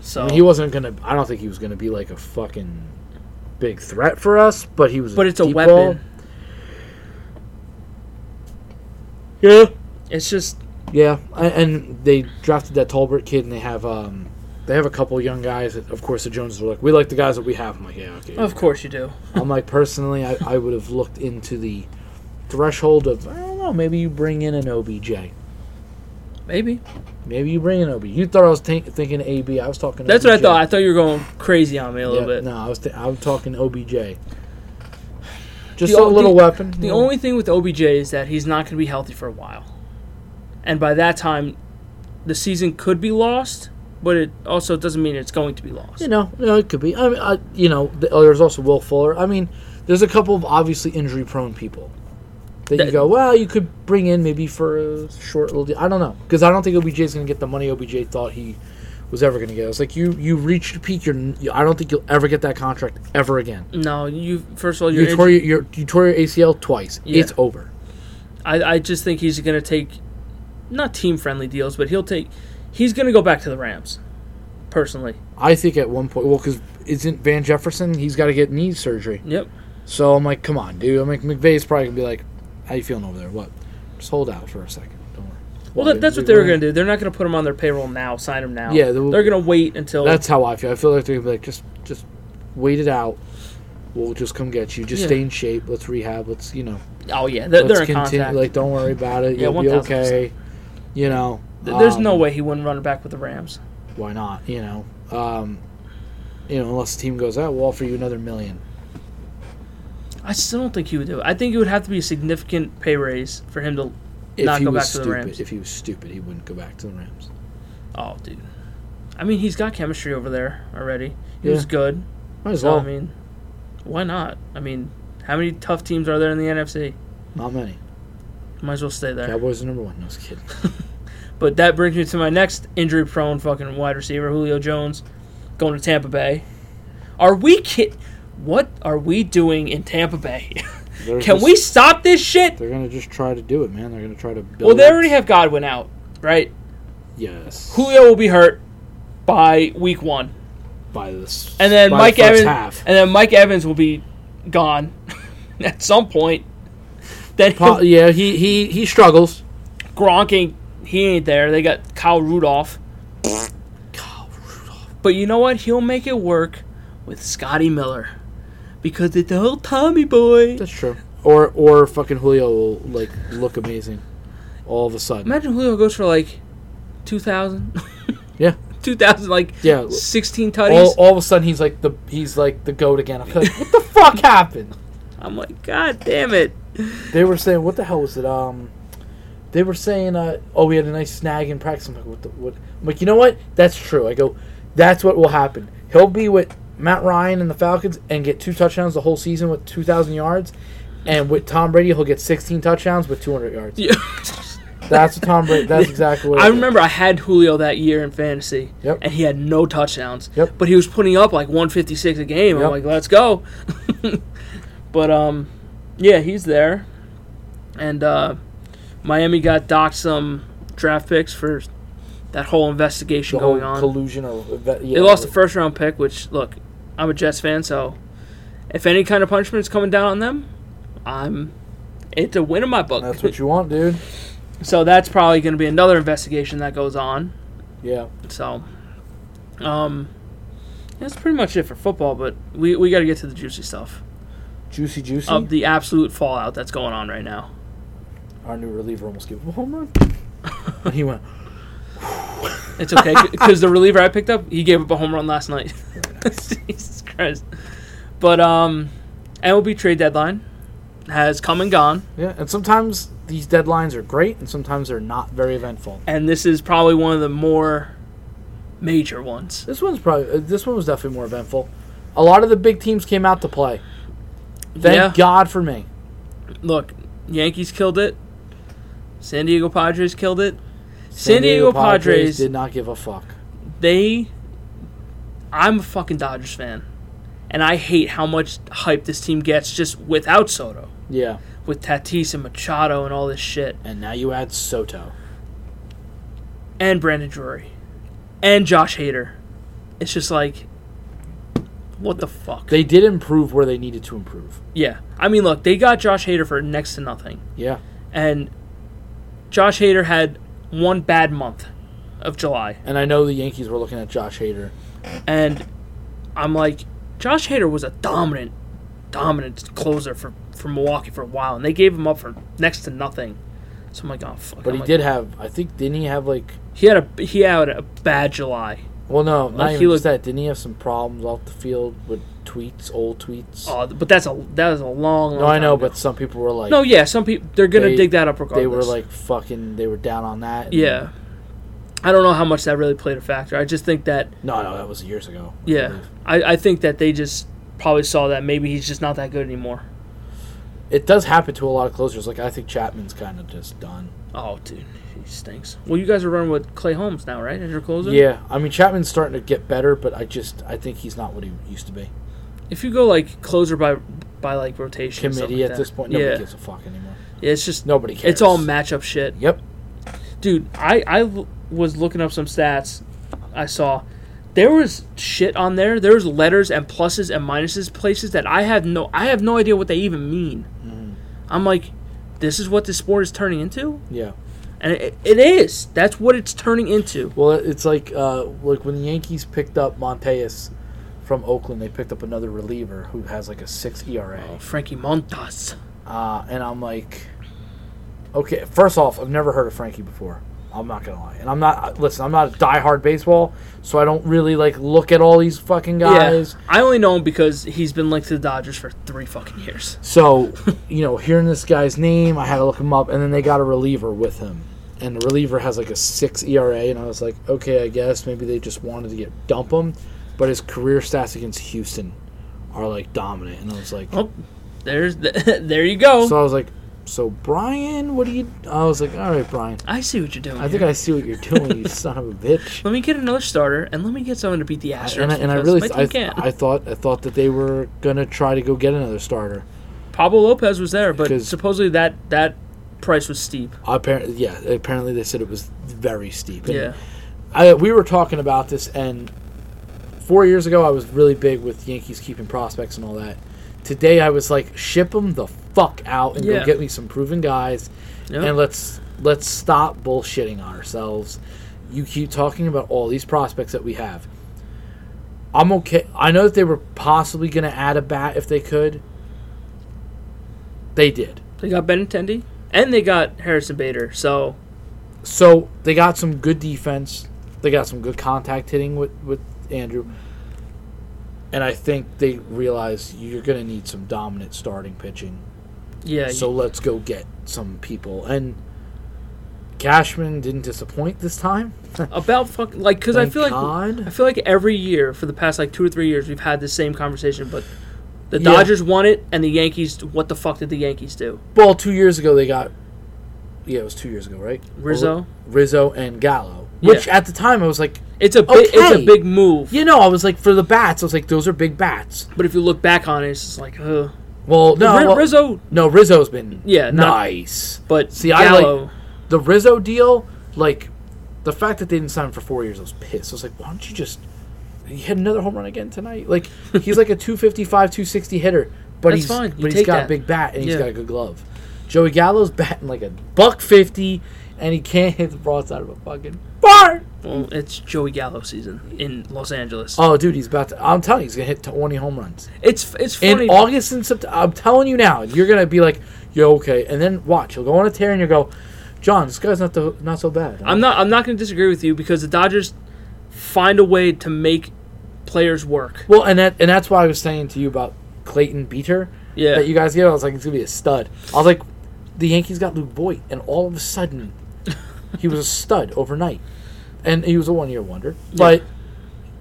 S2: So,
S1: I mean, he wasn't gonna. I don't think he was gonna be like a fucking big threat for us, but he was.
S2: but it's a
S1: deep
S2: weapon.
S1: ball. Yeah,
S2: It's just
S1: yeah, I, and they drafted that Tolbert kid, and they have um, they have a couple young guys. Of course, the Joneses were like, we like the guys that we have. I'm like, yeah, okay.
S2: of course you do.
S1: I'm like, personally, I, I would have looked into the threshold of I don't know. Maybe you bring in an OBJ.
S2: Maybe
S1: Maybe you bring in OB. You thought I was think thinking AB. I was talking.
S2: that's what I
S1: OBJ.
S2: thought. I thought you were going crazy on me a little
S1: Yeah,
S2: bit.
S1: No, I was th- I'm talking OBJ. Just
S2: The
S1: a
S2: o-
S1: little
S2: the-
S1: weapon.
S2: The
S1: you know?
S2: only thing with OBJ is that he's not going to be healthy for a while, and by that time, the season could be lost. But it also doesn't mean it's going to be lost.
S1: you know, you know, it could be. I mean, I, you know, th- oh, there's also Will Fuller. I mean, there's a couple of obviously injury-prone people that, you
S2: That-
S1: go, well, you could bring in maybe for a short little. Deal. I don't know because I don't think OBJ is going to get the money OBJ thought he was ever going to get. It's like you you reached your peak. You're, n- you- I don't think you'll ever get that contract ever again.
S2: No, you first of all, you're
S1: You tore your, your you tore your ACL twice.
S2: Yeah.
S1: It's over.
S2: I, I just think he's going to take not team friendly deals, but he'll take. He's going to go back to the Rams, personally.
S1: I think at one point, well, because isn't Van Jefferson? He's got to get knee surgery.
S2: Yep.
S1: So I'm like, come on, dude. I'm like, McVay's probably gonna be like, how you feeling over there? What? Just hold out for a second. Don't worry.
S2: Well, that, that's what they were going to do. They're not going to put him on their payroll now, sign him now.
S1: Yeah, they
S2: They're
S1: will-
S2: going to wait until.
S1: That's how I feel. I feel like they're gonna be like, just, just wait it out. We'll just come get you. Just
S2: Yeah.
S1: stay in shape. Let's rehab. Let's, you know,
S2: oh, yeah. They're, they're
S1: let's
S2: in contact.
S1: Like, don't worry about it.
S2: Yeah,
S1: You'll be
S2: 1000%.
S1: okay. You know,
S2: Th- There's no
S1: um,
S2: way he wouldn't run it back with the Rams.
S1: Why not? You know, um, you know, unless the team goes out, we'll offer you another million.
S2: I still don't think he would do it. I think it would have to be a significant pay raise for him to.
S1: If
S2: Not
S1: he
S2: go
S1: was
S2: back to the
S1: stupid,
S2: Rams.
S1: if he was stupid, he wouldn't go back to the Rams.
S2: Oh, dude. I mean, he's got chemistry over there already. He
S1: Yeah.
S2: was good.
S1: Might as
S2: So,
S1: well.
S2: I mean, why not? I mean, how many tough teams are there in the NFC?
S1: not many.
S2: Might as well stay there.
S1: Cowboys are number one. No, I was kidding.
S2: But that brings me to my next injury prone fucking wide receiver, Julio Jones, going to Tampa Bay. Are we kid? What are we doing in Tampa Bay?
S1: They're
S2: Can
S1: just-
S2: we stop this shit?
S1: They're gonna just try to do it, man. They're gonna try to build.
S2: Well, they already have Godwin out, right?
S1: yes.
S2: Julio will be hurt by week one,
S1: by this?
S2: and then
S1: by
S2: Mike
S1: the first
S2: Evans,
S1: Half.
S2: and then Mike Evans will be gone at some point. Then
S1: Po-
S2: he'll-
S1: yeah, he he he struggles.
S2: Gronk ain't he ain't there. They got Kyle Rudolph. But you know what? He'll make it work with Scotty Miller. Because it's the whole Tommy boy.
S1: That's true. Or or fucking Julio will like look amazing, all of a sudden.
S2: Imagine Julio goes for like 2,000.
S1: Yeah.
S2: 2,000, like
S1: Yeah.
S2: 16
S1: All,
S2: tutties.
S1: all of a sudden he's like the he's like the goat again. I'm like, what the fuck happened?
S2: I'm like, God damn it.
S1: They were saying what the hell was it? Um, they were saying uh oh we had a nice snag in practice. I'm like what the what? I'm like you know what? That's true. I go that's what will happen. He'll be with Matt Ryan and the Falcons and get two touchdowns the whole season with two thousand yards. And with Tom Brady, he'll get 16 touchdowns with 200 yards.
S2: Yeah.
S1: That's what Tom Brady. That's exactly what it
S2: I
S1: is.
S2: remember I had Julio that year in fantasy.
S1: Yep.
S2: And he had no touchdowns.
S1: Yep.
S2: But he was putting up like 156 a game.
S1: Yep.
S2: I'm like, let's go. but um, yeah, he's there. And uh, Miami got docked some draft picks for that whole investigation
S1: The
S2: going
S1: whole
S2: on.
S1: collusion or uh, yeah,
S2: they lost the first round pick, which look, I'm a Jets fan, so if any kind of punishment's coming down on them, I'm it's a win in my book.
S1: That's what you want, dude.
S2: so that's probably going to be another investigation that goes on.
S1: Yeah.
S2: So, um, that's pretty much it for football. But we we got to get to the juicy stuff
S1: Juicy, juicy.
S2: of the absolute fallout that's going on right now.
S1: Our new reliever almost gave him a home run. and he went,
S2: It's okay because the reliever I picked up, he gave up a home run last night. Jesus Christ! But um, MLB trade deadline has come and gone,
S1: yeah. And sometimes these deadlines are great, and sometimes they're not very eventful.
S2: and this is probably one of the more major ones.
S1: This one's probably uh, this one was definitely more eventful. A lot of the big teams came out to play. Thank
S2: yeah,
S1: God for me.
S2: look, Yankees killed it. San Diego Padres killed it. San, Diego, Padres
S1: did not give a fuck.
S2: they I'm a fucking Dodgers fan. And I hate how much hype this team gets just without Soto.
S1: Yeah.
S2: With Tatis and Machado and all this shit.
S1: And now you add Soto.
S2: And Brandon Drury. And Josh Hader. It's just like what the fuck?
S1: They did improve where they needed to improve.
S2: yeah. I mean look, they got Josh Hader for next to nothing.
S1: Yeah.
S2: And Josh Hader had one bad month of July.
S1: And I know the Yankees were looking at Josh Hader.
S2: And I'm like, Josh Hader was a dominant, dominant closer for, for Milwaukee for a while, and they gave him up for next to nothing. So I'm like, oh fuck.
S1: But
S2: I'm
S1: he
S2: like-
S1: did have I think didn't he have like
S2: He had a he had a bad July.
S1: Well, no, not
S2: Like,
S1: even
S2: he
S1: just
S2: looked-
S1: that. Didn't he have some problems off the field with tweets, old tweets?
S2: Oh, but that's a that was a long. long
S1: no, I
S2: time
S1: know,
S2: ago.
S1: but some people were like,
S2: no, yeah, some people they're gonna
S1: They-
S2: dig that up regardless.
S1: they were like fucking, they were down on that. and-
S2: yeah. I don't know how much that really played a factor. I just think that
S1: No, no, that was years ago. I
S2: yeah,
S1: believe.
S2: I, I think that they just probably saw that maybe he's just not that good anymore.
S1: It does happen to a lot of closers. Like I think Chapman's kind of just done.
S2: Oh, dude, he stinks. Well, you guys are running with Clay Holmes now, right? As your closer.
S1: Yeah, I mean Chapman's starting to get better, but I just I think he's not what he used to be.
S2: If you go like closer by by like rotation, and stuff
S1: Committee
S2: like
S1: at
S2: that.
S1: this point, nobody
S2: yeah,
S1: gives a fuck anymore.
S2: it's just
S1: Nobody cares.
S2: it's all matchup shit.
S1: Yep.
S2: dude, I I l- was looking up some stats. I saw there was shit on there. There was letters and pluses and minuses places that I have no I have no idea what they even mean.
S1: Mm-hmm.
S2: I'm like, this is what this sport is turning into,
S1: Yeah.
S2: and it, it is. That's what it's turning into.
S1: Well, it's like uh, like when the Yankees picked up Monteus from Oakland, they picked up another reliever who has like a six ERA,
S2: Oh, Frankie Montas.
S1: uh, and I'm like, okay. First off, I've never heard of Frankie before. I'm not gonna lie, and I'm not listen. I'm not a diehard baseball, so I don't really like look at all these fucking guys.
S2: Yeah, I only know him because he's been linked to the Dodgers for three fucking years.
S1: So, you know, hearing this guy's name, I had to look him up, and then they got a reliever with him. And the reliever has like a six ERA, and I was like, okay, I guess maybe they just wanted to get dump him. But his career stats against Houston are like dominant, and I was like,
S2: Oh, there's the, there you go.
S1: so I was like, so Brian, what do you? I was like, all right, Brian,
S2: I see what you're doing.
S1: I think
S2: here.
S1: I see what you're doing, you son of a bitch.
S2: Let me get another starter, and let me get someone to beat the Astros.
S1: And I, and I
S2: because
S1: really,
S2: my team
S1: I,
S2: can't.
S1: I thought, I thought that they were gonna try to go get another starter.
S2: Pablo Lopez was there, but
S1: 'Cause-
S2: supposedly that that price was steep.
S1: Apparently, yeah, apparently they said it was very steep. And
S2: Yeah,
S1: I, we were talking about this, and four years ago, I was really big with Yankees keeping prospects and all that. Today, I was like, ship them the fuck out and
S2: Yeah.
S1: go get me some proven guys,
S2: Yep.
S1: and let's let's stop bullshitting on ourselves. You keep talking about all these prospects that we have. I'm okay. I know that they were possibly going to add a bat if they could. They did.
S2: they got Benintendi and they got Harrison Bader. So
S1: So they got some good defense. They got some good contact hitting with, with Andrew. And I think they realize you're going to need some dominant starting pitching.
S2: yeah,
S1: So let's go get some people. And Cashman didn't disappoint this time.
S2: you- about fuck like because I
S1: Thank
S2: feel like
S1: God.
S2: I feel like every year for the past like two or three years we've had the same conversation, but the
S1: Yeah.
S2: Dodgers won it and the Yankees. What the fuck did the Yankees do?
S1: Well, two years ago they got. Yeah, it was two years ago, right?
S2: Rizzo?
S1: Rizzo and Gallo. Which at the time I was like,
S2: It's a big, it's
S1: Okay.
S2: a big move.
S1: you know, I was like, for the bats, I was like, those are big bats.
S2: But if you look back on it, it's just like, ugh.
S1: Well, no.
S2: Ri-
S1: well-
S2: Rizzo,
S1: No, Rizzo's been
S2: Yeah, not-
S1: nice.
S2: but
S1: See, I like-
S2: Gallo.
S1: the Rizzo deal, like the fact that they didn't sign him for four years, I was pissed. I was like, why don't you just? He had another home run again tonight. Like he's like a 255, 260 hitter, but
S2: That's
S1: he's
S2: fine. You
S1: but he's
S2: take
S1: got
S2: that.
S1: a big bat and he's
S2: Yeah.
S1: got a good glove. Joey Gallo's batting like a buck fifty, and he can't hit the broadside of a fucking barn.
S2: well, it's Joey Gallo season in Los Angeles.
S1: Oh, dude, he's about to. I'm telling you, he's gonna hit twenty home runs
S2: it's it's
S1: in
S2: funny.
S1: August and September. I'm telling you now, you're gonna be like, yo, okay, and then watch. He'll go on a tear and you'll go, John, this guy's not the, not so bad.
S2: I'm not. I'm not going to disagree with you because the Dodgers find a way to make players work.
S1: Well, and that and that's why I was saying to you about Clayton Beater
S2: Yeah.
S1: that you guys get. I was like, it's gonna be a stud. I was like, the Yankees got Luke Voigt, and all of a sudden, he was a stud overnight, and he was a one-year wonder. But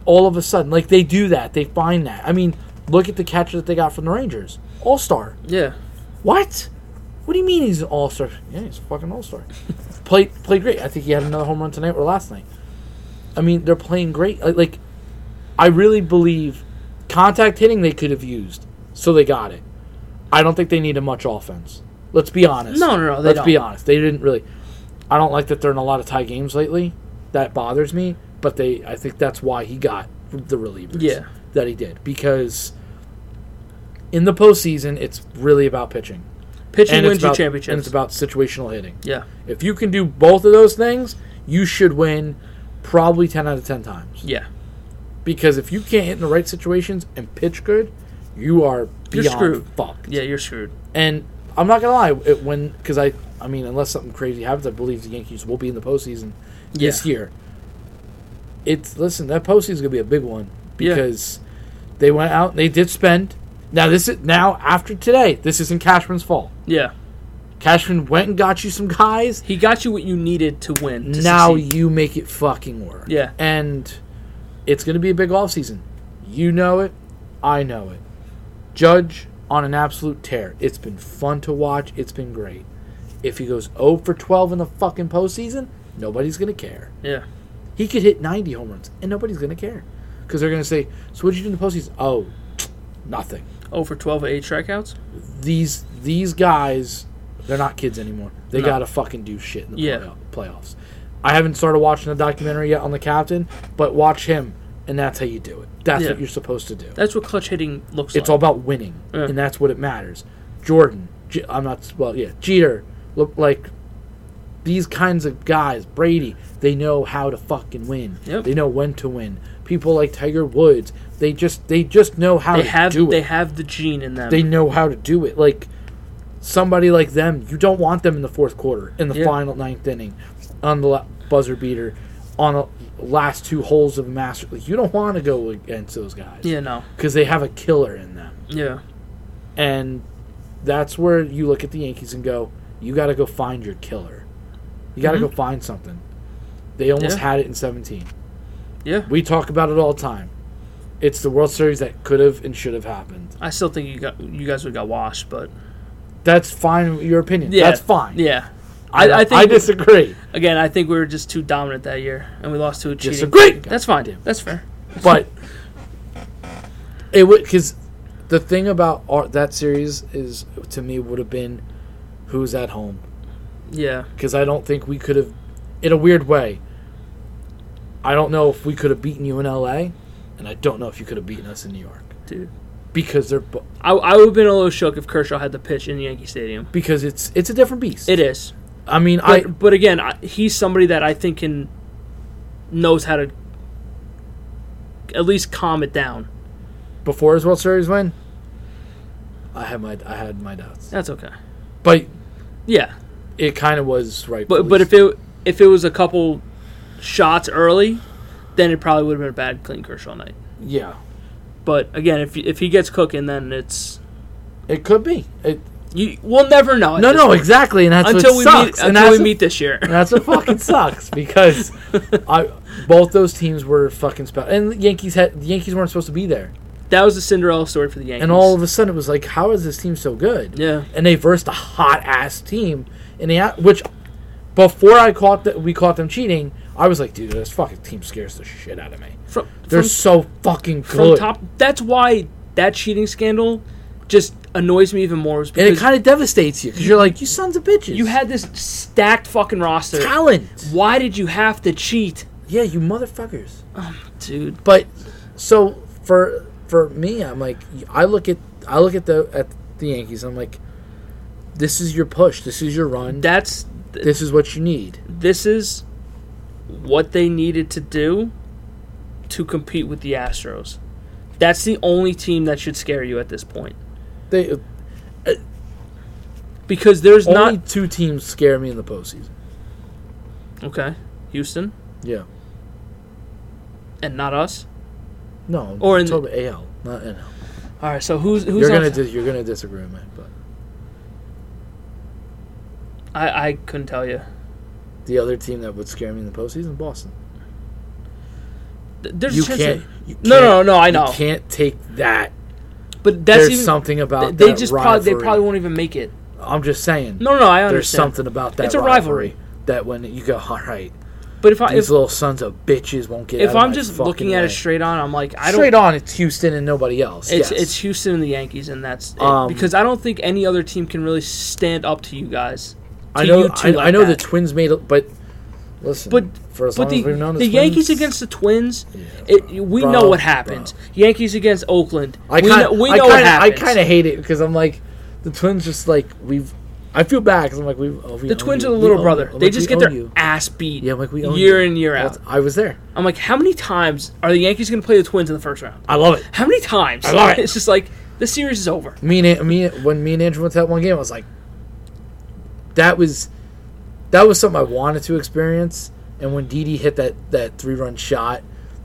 S1: all of a sudden, like they do that, they find that. I mean, look at the catcher that they got from the Rangers, All Star.
S2: yeah.
S1: What? What do you mean he's an all star? Yeah, he's a fucking all star. played played great. I think he had another home run tonight or last night. I mean, they're playing great. Like, like, I really believe contact hitting they could have used, so they got it. I don't think they needed much offense. Let's be honest.
S2: No, no, no, Oh, they
S1: Let's be
S2: don't.
S1: honest. They didn't really. I don't like that they're in a lot of tie games lately. That bothers me. But they, I think that's why he got the relievers.
S2: Yeah.
S1: That he did because in the postseason, it's really about pitching.
S2: Pitching
S1: it's
S2: wins you
S1: about- And
S2: championships.
S1: it's about situational hitting.
S2: yeah.
S1: If you can do both of those things, you should win probably 10 out of 10 times.
S2: Yeah.
S1: Because if you can't hit in the right situations and pitch good, you are
S2: You're
S1: beyond
S2: screwed.
S1: fucked.
S2: Yeah. You're screwed.
S1: And I'm not gonna lie, it, when because I, I mean, unless something crazy happens, I believe the Yankees will be in the postseason this
S2: Yeah.
S1: year. It's listen, that postseason's gonna be a big one
S2: Yeah.
S1: because they went out, and they did spend. Now this is now after today. This isn't Cashman's fault.
S2: Yeah.
S1: Cashman went and got you some guys.
S2: He got you what you needed to win. to
S1: now
S2: succeed.
S1: you make it fucking work.
S2: Yeah.
S1: And it's going to be a big offseason. You know it. I know it. Judge on an absolute tear. It's been fun to watch. It's been great. If he goes 0 for 12 in the fucking postseason, nobody's going to care.
S2: yeah.
S1: He could hit 90 home runs, and nobody's going to care. Because they're going to say, so what'd you do in the postseason? Oh, nothing
S2: Oh, for twelve of eight strikeouts.
S1: these these guys They're not kids anymore. They
S2: No.
S1: gotta fucking do shit in the
S2: Yeah.
S1: playoff, playoffs. I haven't started watching the documentary yet on the captain, but watch him, and that's how you do it. That's
S2: Yeah.
S1: what you're supposed to do.
S2: That's what clutch hitting looks
S1: It's all
S2: like.
S1: about winning,
S2: Yeah.
S1: and that's what it matters. Jordan, Je- I'm not. Well, yeah, Jeter, look like these kinds of guys. Brady, they know how to fucking win.
S2: Yep.
S1: They know when to win. People like Tiger Woods, they just they just know how
S2: They
S1: to
S2: have
S1: do it.
S2: they have the gene in them.
S1: they know how to do it. Like somebody like them, you don't want them in the fourth quarter, in the
S2: Yeah.
S1: final ninth inning, on the la- buzzer beater, on the last two holes of a master. Like, you don't want to go against those guys
S2: yeah, no.
S1: because they have a killer in them.
S2: Yeah.
S1: And that's where you look at the Yankees and go, you got to go find your killer. You got to go find something. They almost
S2: Mm-hmm. Yeah.
S1: had it in 17.
S2: Yeah.
S1: We talk about it all the time. It's the World Series that could have and should have happened.
S2: I still think you got you guys would got washed, but
S1: That's fine, your opinion.
S2: yeah.
S1: That's fine.
S2: Yeah. I, I think
S1: I disagree.
S2: again, I think we were just too dominant that year and we lost to a cheating.
S1: Disagree.
S2: That's fine. That's fair.
S1: but it would because the thing about our, that series is to me would have been who's at home
S2: Yeah.
S1: because I don't think we could have, in a weird way. I don't know if we could have beaten you in L.A., and I don't know if you could have beaten us in New York
S2: Dude.
S1: because they're bo-
S2: I, I would have been a little shook if Kershaw had the pitch in Yankee Stadium.
S1: because it's it's a different beast.
S2: It is.
S1: I mean,
S2: But,
S1: I
S2: but again, I, he's somebody that I think can knows how to at least calm it down.
S1: before his World Series win, I had my I had my doubts,
S2: That's okay.
S1: but
S2: Yeah.
S1: it kind of was right.
S2: But but if it if it was a couple shots early, then it probably would have been a bad clean Kershaw night.
S1: yeah,
S2: But again, if if he gets cooking, then it's
S1: it could be. It,
S2: you. We'll never know. at
S1: no,
S2: this
S1: no,
S2: point.
S1: exactly, and that's
S2: Until
S1: what
S2: we
S1: sucks.
S2: meet
S1: and
S2: until
S1: that's
S2: we
S1: what-
S2: meet this year.
S1: And that's what fucking sucks because I both those teams were fucking special, and the Yankees had the Yankees weren't supposed to be there,
S2: That was the Cinderella story for the Yankees.
S1: and all of a sudden it was like, how is this team so good?
S2: yeah,
S1: And they versed a hot ass team, and they had- which before I caught that we caught them cheating, I was like, dude, this fucking team scares the shit out of me.
S2: from
S1: They're
S2: from,
S1: so fucking good.
S2: from top. That's why that cheating scandal just annoys me even more. Is
S1: and it
S2: because
S1: kind of devastates you because you're like, you sons of bitches.
S2: you had this stacked fucking roster.
S1: talent.
S2: Why did you have to cheat,
S1: Yeah, you motherfuckers.
S2: dude?
S1: but so for for me i'm like i look at i look at the at the yankees i'm like this is your push this is your run
S2: That's th-
S1: this is what you need
S2: this is what they needed to do to compete with the Astros. That's the only team that should scare you at this point
S1: they
S2: because there's
S1: only
S2: not
S1: two teams scare me in the postseason
S2: okay Houston
S1: yeah
S2: and not us.
S1: no
S2: Or in-
S1: totally al not nl
S2: All right, so who's who's
S1: you're
S2: on
S1: gonna
S2: top?
S1: dis- you're gonna disagree with me but
S2: I, I couldn't tell you.
S1: the other team that would scare me in the postseason boston
S2: Th- There's
S1: you
S2: a chance. that-
S1: can't, you can't
S2: No, no, no, I
S1: you
S2: know.
S1: can't take that
S2: But that's
S1: there's
S2: even.
S1: something about
S2: they
S1: that
S2: just probably they
S1: rivalry.
S2: probably won't even make it.
S1: i'm just saying
S2: No, no, I
S1: there's
S2: understand.
S1: something about that
S2: It's a rivalry.
S1: that when you go all right
S2: But if I
S1: These
S2: if,
S1: little sons of bitches won't get.
S2: if
S1: out of
S2: I'm
S1: my
S2: just
S1: fucking
S2: looking at
S1: way.
S2: it straight on, I'm like I don't.
S1: straight on, it's Houston and nobody else.
S2: It's
S1: yes.
S2: it's Houston and the Yankees, and that's it.
S1: Um,
S2: because I don't think any other team can really stand up to you guys.
S1: I
S2: to
S1: know.
S2: you two
S1: I,
S2: like
S1: I know
S2: that.
S1: the Twins made it, but listen.
S2: But-
S1: for as long
S2: But the,
S1: as we've known
S2: the
S1: Twins,
S2: Yankees against the Twins,
S1: Yeah,
S2: it, we
S1: bro,
S2: know what happens.
S1: bro.
S2: Yankees against Oakland,
S1: I
S2: we
S1: kind
S2: know,
S1: of,
S2: we
S1: I
S2: know
S1: kind
S2: what
S1: of, I
S2: happens.
S1: kind of hate it because I'm like, the Twins just like we've. I feel bad because I'm like we. Oh, we
S2: the
S1: own
S2: Twins
S1: you.
S2: are the
S1: We
S2: little
S1: own
S2: brother.
S1: you. I'm
S2: They
S1: like,
S2: just
S1: we
S2: get
S1: own
S2: their
S1: you.
S2: ass beat
S1: Yeah, I'm like we own
S2: year
S1: you.
S2: in year out.
S1: That's- I was there.
S2: I'm like, how many times are the Yankees going to play the Twins in the first round?
S1: I love it.
S2: How many times?
S1: I love it.
S2: It's just like the series is over.
S1: Me and An- me when me and Andrew went to that one game, I was like, that was that was something I wanted to experience. And when Didi hit that that three run shot,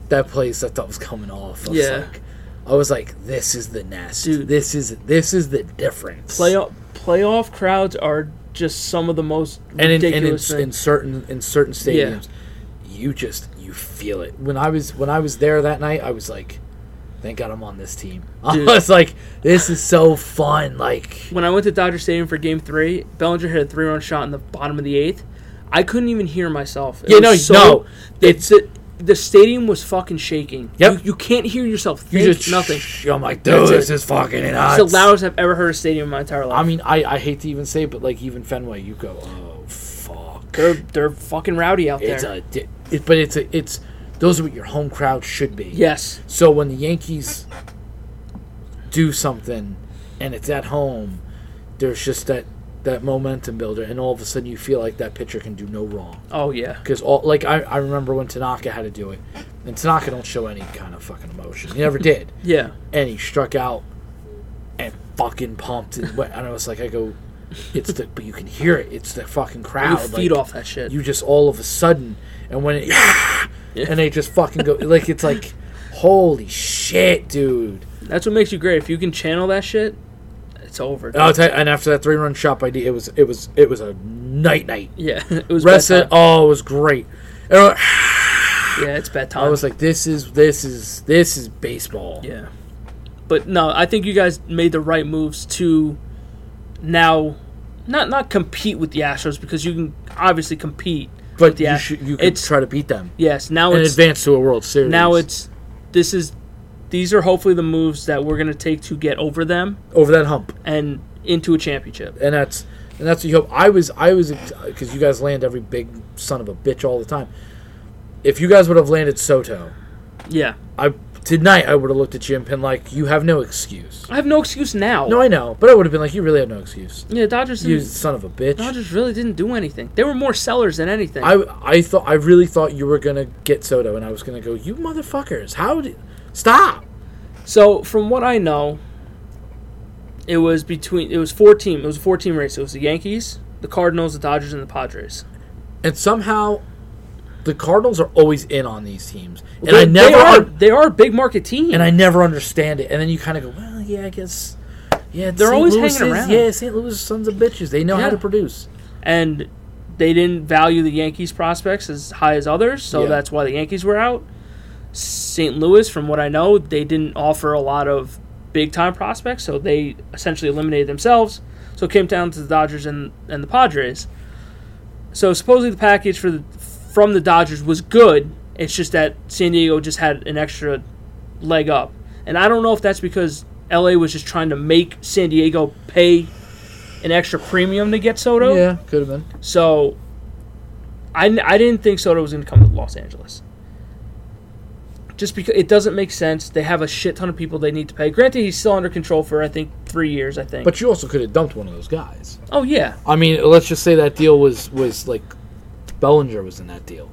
S1: that place I thought was coming off. I was
S2: Yeah.
S1: like, I was like, this is the nest.
S2: Dude.
S1: This is this is the difference.
S2: Playoff playoff crowds are just some of the most
S1: and in, and in,
S2: ridiculous
S1: in
S2: things.
S1: certain in certain
S2: Yeah.
S1: stadiums, you just you feel it. When I was when I was there that night, I was like, thank God I'm on this team.
S2: Dude.
S1: I was like, this is so fun. Like.
S2: When I went to Dodger Stadium for Game Three, Bellinger hit a three-run shot in the bottom of the eighth. I couldn't even hear myself. It
S1: Yeah,
S2: was
S1: no,
S2: so,
S1: no.
S2: The,
S1: It's-
S2: the, the stadium was fucking shaking.
S1: Yep.
S2: You, you can't hear yourself
S1: You
S2: think
S1: just
S2: nothing.
S1: I'm like, dude,
S2: That's it.
S1: this is fucking
S2: It's
S1: nuts.
S2: the loudest I've ever heard a stadium in my entire life.
S1: I mean, I, I hate to even say, it, but like even Fenway, you go, oh fuck.
S2: they're they're fucking rowdy out
S1: It's
S2: there.
S1: a, di- it, but it's a, it's those are what your home crowd should be.
S2: yes.
S1: So when the Yankees do something and it's at home, there's just that that momentum builder, and all of a sudden you feel like that pitcher can do no wrong.
S2: Oh yeah.
S1: Because all like I, I remember when Tanaka had to do it, and Tanaka don't show any kind of fucking emotion. He never did,
S2: Yeah.
S1: and he struck out and fucking pumped and went. And I was like, I go, it's the but you can hear it. It's the fucking
S2: You
S1: crowd.
S2: feed
S1: like,
S2: off that shit.
S1: you just all of a sudden and when it and they just fucking go like it's like holy shit dude
S2: That's what makes you great. If you can channel that shit, it's over.
S1: and, I'll tell you, and after that three run shot by D it was it was it was a night night
S2: yeah. It was
S1: rest
S2: bedtime.
S1: it oh it was great And
S2: Yeah, it's bedtime.
S1: I was like this is this is this is baseball
S2: Yeah. But no, I think you guys made the right moves to now not not compete with the Astros because you can obviously compete with
S1: but
S2: the
S1: you
S2: Astros.
S1: should you could
S2: it's
S1: try to beat them
S2: yes, now
S1: and
S2: it's
S1: advance to a World Series
S2: now it's this is these are hopefully the moves that we're going to take to get over them
S1: over that hump
S2: and into a championship.
S1: and that's and that's what you hope. I was I was because you guys land every big son of a bitch all the time. If you guys would have landed Soto,
S2: Yeah.
S1: I tonight I would have looked at you and been like, "You have no excuse."
S2: I have no excuse now.
S1: No, I know, but I would have been like, "You really have no excuse."
S2: yeah, Dodgers
S1: You
S2: didn't,
S1: son of a bitch.
S2: Dodgers really didn't do anything. They were more sellers than anything.
S1: I I thought I really thought you were gonna get Soto, and I was gonna go, "You motherfuckers! How did stop?"
S2: So from what I know, it was between it was four team. It was a four team race. It was the Yankees, the Cardinals, the Dodgers, and the Padres.
S1: And somehow, the Cardinals are always in on these teams, and
S2: They-
S1: I never
S2: they are
S1: un-
S2: they are a big market team.
S1: and I never understand it. And then you kind of go, "Well, yeah, I guess." Yeah,
S2: They're
S1: St.
S2: always
S1: Louis
S2: hanging
S1: is-
S2: around.
S1: Yeah, St. Louis is sons of bitches. They know
S2: Yeah.
S1: how to produce.
S2: and they didn't value the Yankees prospects as high as others, so
S1: Yeah.
S2: that's why the Yankees were out. St. Louis, from what I know, they didn't offer a lot of big time prospects, so they essentially eliminated themselves. So it came down to the Dodgers and, and the Padres. So supposedly the package for the, from the Dodgers was good. It's just that San Diego just had an extra leg up, and I don't know if that's because LA was just trying to make San Diego pay an extra premium to get Soto.
S1: Yeah, could have been.
S2: So, I, I didn't think Soto was going to come to Los Angeles. Just because it doesn't make sense. They have a shit ton of people they need to pay. Granted, he's still under control for, I think, three years, I think.
S1: But you also could have dumped one of those guys.
S2: oh, yeah.
S1: I mean, let's just say that deal was was like Bellinger was in that deal.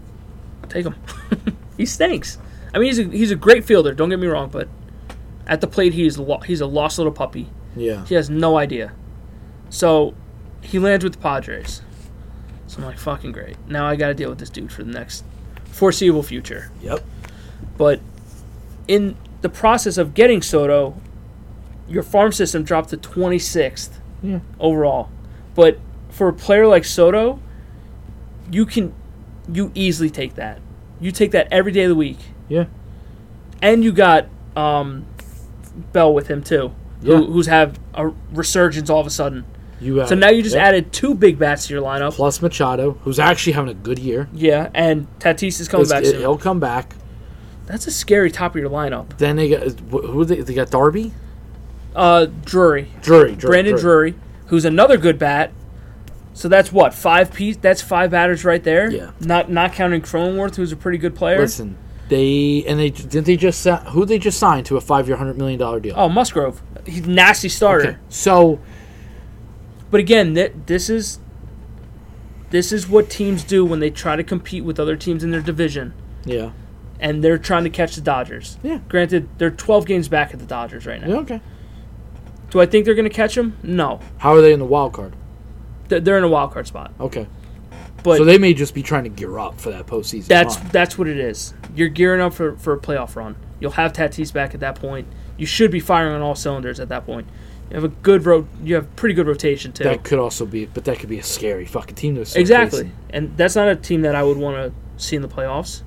S2: Take him. he stinks. I mean, he's a, he's a great fielder, don't get me wrong, but at the plate, he is lo- he's a lost little puppy.
S1: Yeah.
S2: He has no idea. So, he lands with the Padres. So, I'm like, fucking great. Now I got to deal with this dude for the next foreseeable future.
S1: Yep.
S2: But in the process of getting Soto, your farm system dropped to 26th
S1: Yeah.
S2: overall. But for a player like Soto, you can you easily take that. You take that every day of the week,
S1: Yeah.
S2: and you got um, Bell with him too,
S1: Yeah.
S2: who, who's have a resurgence all of a sudden.
S1: You have,
S2: So now you just
S1: yeah.
S2: added two big bats to your lineup.
S1: plus Machado, who's actually having a good year.
S2: Yeah, and Tatis is coming
S1: It's-
S2: back
S1: it-
S2: soon.
S1: He'll come back.
S2: That's a scary top of your lineup.
S1: Then they got wh- who they, they got Darby,
S2: Uh, Drury,
S1: Drury, Drury
S2: Brandon Drury, who's another good bat. So that's what five piece. That's five batters right there.
S1: Yeah.
S2: Not not counting Cronenworth, who's a pretty good player.
S1: Listen, they and they did they just sa- who they just signed to a five year hundred million dollar deal.
S2: Oh, Musgrove, he's a nasty starter.
S1: Okay. So
S2: But again, th- this is this is what teams do when they try to compete with other teams in their division,
S1: yeah,
S2: and they're trying to catch the Dodgers.
S1: Yeah.
S2: Granted, they're twelve games back at the Dodgers right now.
S1: yeah, okay.
S2: Do I think they're going to catch them? No.
S1: How are they in the wild card?
S2: They're they're in a wild card spot.
S1: Okay,
S2: But
S1: so they may just be trying to gear up for that postseason.
S2: That's
S1: run.
S2: that's what it is. You're gearing up for, for a playoff run. You'll have Tatis back at that point. You should be firing on all cylinders at that point. You have a good ro- You have pretty good rotation too.
S1: that could also be, but that could be a scary fucking team to start
S2: exactly,
S1: facing.
S2: and that's not a team that I would want to see in the playoffs.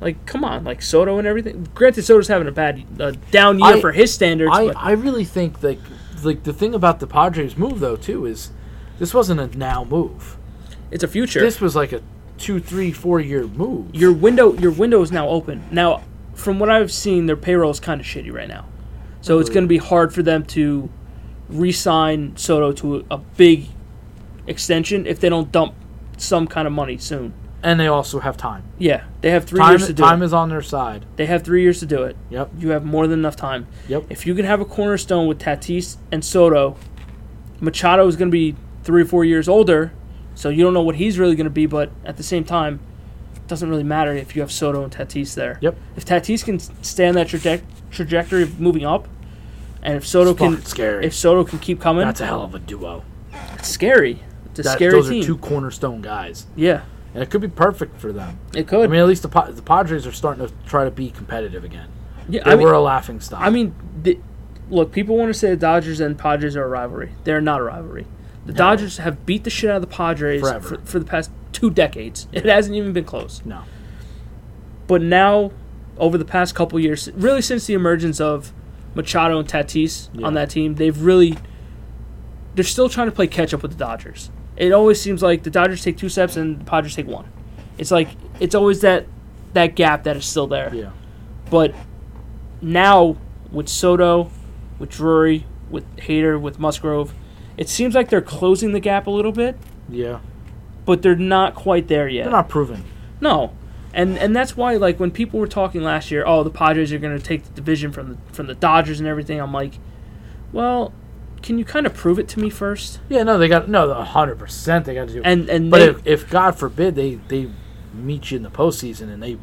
S2: Like, come on, like Soto and everything. Granted, Soto's having a bad, uh, down year
S1: I-
S2: for his standards.
S1: I,
S2: but
S1: I really think like like the thing about the Padres move though too is this wasn't a now move.
S2: it's a future.
S1: This was like a two, three, four year move.
S2: Your window your window is now open. Now, from what I've seen, their payroll is kind of shitty right now, so it's going to be hard for them to re-sign Soto to a, a big extension if they don't dump some kind of money soon.
S1: and they also have time.
S2: Yeah, they have three
S1: Time,
S2: years to do
S1: time
S2: it.
S1: is on their side.
S2: they have three years to do it.
S1: Yep.
S2: You have more than enough time.
S1: Yep.
S2: If you can have a cornerstone with Tatis and Soto, Machado is going to be three or four years older, so you don't know what he's really going to be. But at the same time, it doesn't really matter if you have Soto and Tatis there.
S1: Yep.
S2: If Tatis can s- stay on that traje- trajectory of moving up, and if Soto
S1: It's fucking
S2: can,
S1: scary.
S2: if Soto can keep coming,
S1: That's a hell of a duo.
S2: it's scary. It's a
S1: That-
S2: scary
S1: those
S2: team.
S1: are two cornerstone guys,
S2: yeah,
S1: and it could be perfect for them.
S2: it could.
S1: I mean, at least the, Pa- the Padres are starting to try to be competitive again.
S2: yeah,
S1: They
S2: I mean,
S1: were a laughing stock.
S2: I mean, the, look, people want to say the Dodgers and Padres are a rivalry. They're not a rivalry. The Dodgers have beat the shit out of the Padres
S1: Forever.
S2: for, for the past two decades. It hasn't even been close.
S1: no,
S2: But now, over the past couple years, really since the emergence of Machado and Tatis
S1: Yeah.
S2: on that team, they've really they're still trying to play catch up with the Dodgers. It always seems like the Dodgers take two steps and the Padres take one. It's like it's always that that gap that is still there.
S1: yeah,
S2: But now with Soto, with Drury, with Hayter, with Musgrove, it seems like they're closing the gap a little bit,
S1: yeah.
S2: but they're not quite there yet.
S1: They're not proven.
S2: No. And and that's why like when people were talking last year, oh the Padres are going to take the division from the from the Dodgers and everything, I'm like, well, can you kind of prove it to me first?
S1: Yeah, no, they got no, hundred percent. They got to do.
S2: And and
S1: but
S2: they-
S1: if, if God forbid they they meet you in the postseason and they,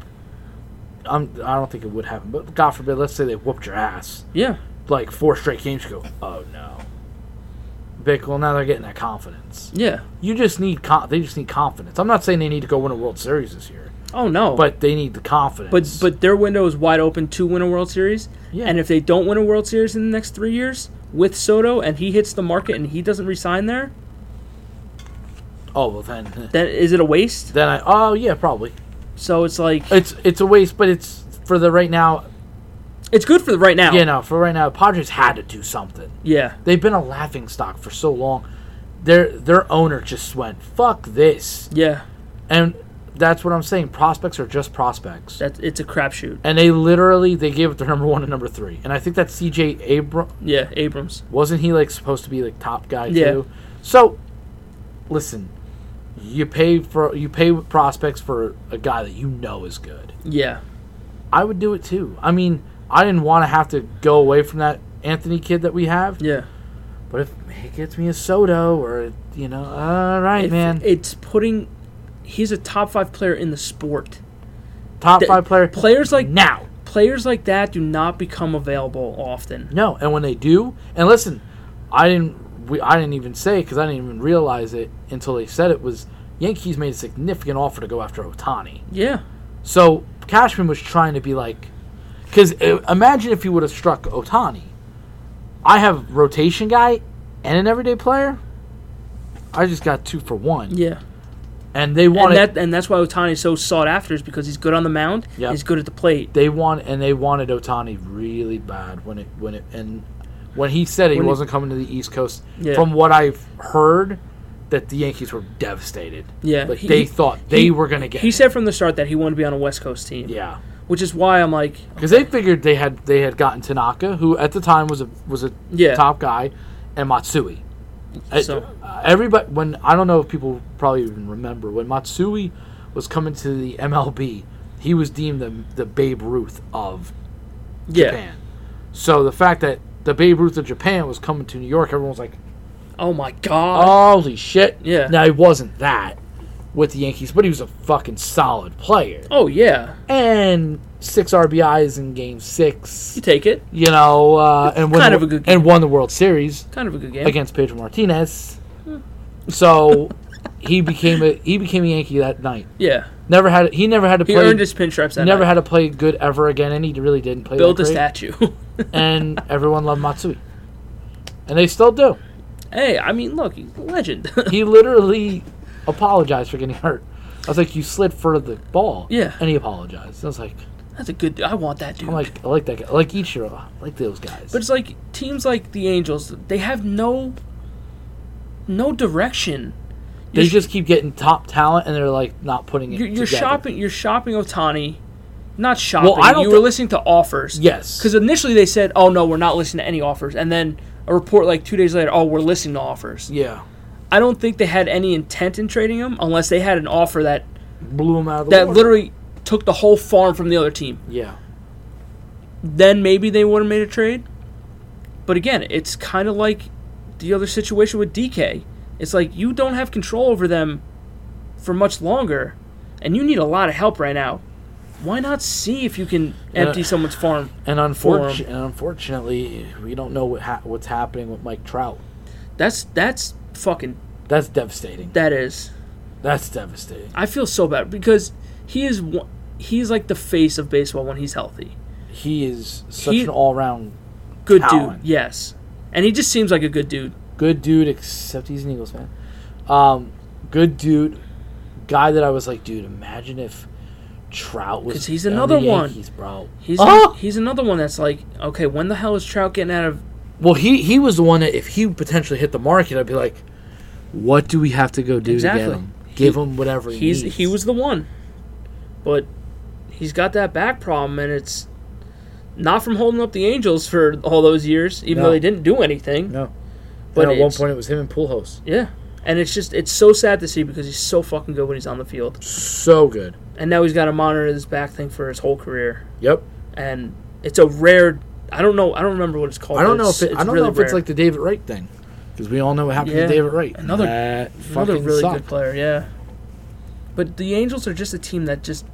S1: I'm, I don't think it would happen. But God forbid, let's say they whooped your ass
S2: yeah,
S1: like four straight games. You go, oh no. Big, well, now they're getting that confidence.
S2: yeah.
S1: You just need con- they just need confidence. I'm not saying they need to go win a World Series this year,
S2: Oh no.
S1: but they need the confidence.
S2: But but their window is wide open to win a World Series.
S1: Yeah.
S2: And if they don't win a World Series in the next three years with Soto and he hits the market and he doesn't resign there,
S1: oh well, then
S2: then is it a waste?
S1: then I oh yeah probably
S2: So it's like
S1: it's it's a waste, but it's for the right now.
S2: it's good for the right now.
S1: Yeah, no, for right now, Padres had to do something.
S2: Yeah.
S1: They've been a laughing stock for so long. Their their owner just went fuck this,
S2: Yeah.
S1: and that's what I'm saying. Prospects are just prospects,
S2: That it's a crapshoot.
S1: and they literally they gave it to number one and number three. And I think that's C.J. Abram
S2: Yeah, Abrams.
S1: wasn't he like supposed to be like top guy
S2: Yeah.
S1: too? So, listen, you pay for you pay prospects for a guy that you know is good.
S2: Yeah.
S1: I would do it too. I mean, I didn't want to have to go away from that Anthony kid that we have,
S2: Yeah.
S1: but if it gets me a Soto or you know, all right,
S2: If-
S1: man,
S2: It's putting he's a top five player in the sport.
S1: top
S2: th-
S1: five player
S2: Players like
S1: now.
S2: players like that do not become available often.
S1: No, and when they do, and listen, I didn't we, I didn't even say because I didn't even realize it until they said it was Yankees made a significant offer to go after Otani.
S2: Yeah.
S1: So Cashman was trying to be like, because imagine if he would have struck Otani. I have rotation guy and an everyday player. I just got two for one,
S2: Yeah.
S1: and they
S2: and
S1: wanted
S2: that and that's why Otani is so sought after is because he's good on the mound.
S1: Yep.
S2: He's good at the plate.
S1: they want and they wanted Otani really bad when it when it and when he said he
S2: When he-
S1: wasn't coming to the East Coast.
S2: Yeah.
S1: From what I've heard, that the Yankees were devastated.
S2: Yeah,
S1: like
S2: he-
S1: they thought they were gonna get.
S2: He
S1: him.
S2: said from the start that he wanted to be on a West Coast team.
S1: yeah.
S2: Which is why I'm like,
S1: because they figured they had they had gotten Tanaka, who at the time was a was a
S2: Yeah.
S1: top guy, and Matsui. I-
S2: So-
S1: everybody when I don't know if people probably even remember when Matsui was coming to the MLB, he was deemed the the Babe Ruth of
S2: yeah.
S1: Japan. So the fact that the Babe Ruth of Japan was coming to New York, everyone was like,
S2: Oh my god.
S1: "Holy shit!"
S2: Yeah.
S1: Now he wasn't that with the Yankees, but he was a fucking solid player
S2: Oh yeah.
S1: and six RBIs in Game Six
S2: You take it.
S1: you know, uh, and won
S2: Kind
S1: the-
S2: of a good
S1: and won the World Series
S2: Kind of a good game.
S1: against Pedro Martinez.
S2: Hmm.
S1: So he became a he became a Yankee that night.
S2: Yeah.
S1: Never had he never had to
S2: He
S1: play
S2: earned his pinstripes that
S1: never
S2: night.
S1: had to play good ever again, and he really didn't play.
S2: Build
S1: that
S2: a
S1: great.
S2: statue.
S1: and everyone loved Matsui, and they still do.
S2: hey, I mean, look, he's a legend.
S1: He literally apologized for getting hurt. I was like, "You slid for the ball,"
S2: Yeah.
S1: and he apologized. I was like,
S2: That's a good. I want that dude.
S1: "I'm like, I like that guy, I like Ichiro, I like those guys."
S2: but it's like teams like the Angels, they have no no direction.
S1: They
S2: You're-
S1: just keep getting top talent, and they're like not putting it.
S2: You're, you're
S1: together.
S2: shopping. You're shopping Otani, not shopping.
S1: I don't
S2: you
S1: thi-
S2: were listening to offers.
S1: Yes,
S2: Because initially they said, "Oh no, we're not listening to any offers," and then a report like two days later, "Oh, we're listening to offers."
S1: yeah,
S2: I don't think they had any intent in trading him unless they had an offer that
S1: blew them out of the
S2: that
S1: water.
S2: literally took the whole farm from the other team.
S1: yeah.
S2: Then maybe they would have made a trade. But again, it's kind of like the other situation with DK. It's like you don't have control over them for much longer, and you need a lot of help right now. Why not see if you can empty someone's farm?
S1: And,
S2: For 'em.
S1: unfortunately, and unfortunately, we don't know what ha- what's happening with Mike Trout.
S2: That's that's fucking
S1: That's devastating.
S2: that is.
S1: That's devastating.
S2: I feel so bad because he is one- he's like the face of baseball when he's healthy.
S1: He is such
S2: He-
S1: an all round
S2: Good
S1: Talent.
S2: dude, yes, and he just seems like a good dude.
S1: good dude, except he's an Eagles fan. Um, good dude, guy that I was like, dude, imagine if Trout was
S2: 'Cause he's
S1: on the
S2: another one.
S1: Yankees, bro.
S2: He's
S1: Ah!
S2: he's another one that's like, okay, when the hell is Trout getting out of?
S1: Well, he he was the one that if he potentially hit the market, I'd be like, what do we have to go do to
S2: Exactly.
S1: get him? Give him whatever he
S2: He's
S1: needs.
S2: he was the one, but he's got that back problem, and it's not from holding up the Angels for all those years, even
S1: No.
S2: though they didn't do anything.
S1: no, but
S2: But
S1: at one
S2: it's-
S1: point it was him and Pujols.
S2: Yeah, and it's just it's so sad to see because he's so fucking good when he's on the field,
S1: So good.
S2: and now he's got to monitor this back thing for his whole career.
S1: Yep.
S2: and it's a rare. I don't know. I don't remember what it's called.
S1: I don't
S2: but
S1: know if
S2: it's-
S1: it, I
S2: it's
S1: don't
S2: really
S1: know if it's
S2: rare.
S1: like the David Wright thing, because we all know what happened
S2: Yeah.
S1: to David Wright.
S2: Another-
S1: that
S2: another
S1: fucking
S2: really
S1: sucked.
S2: good player. Yeah, but the Angels are just a team that just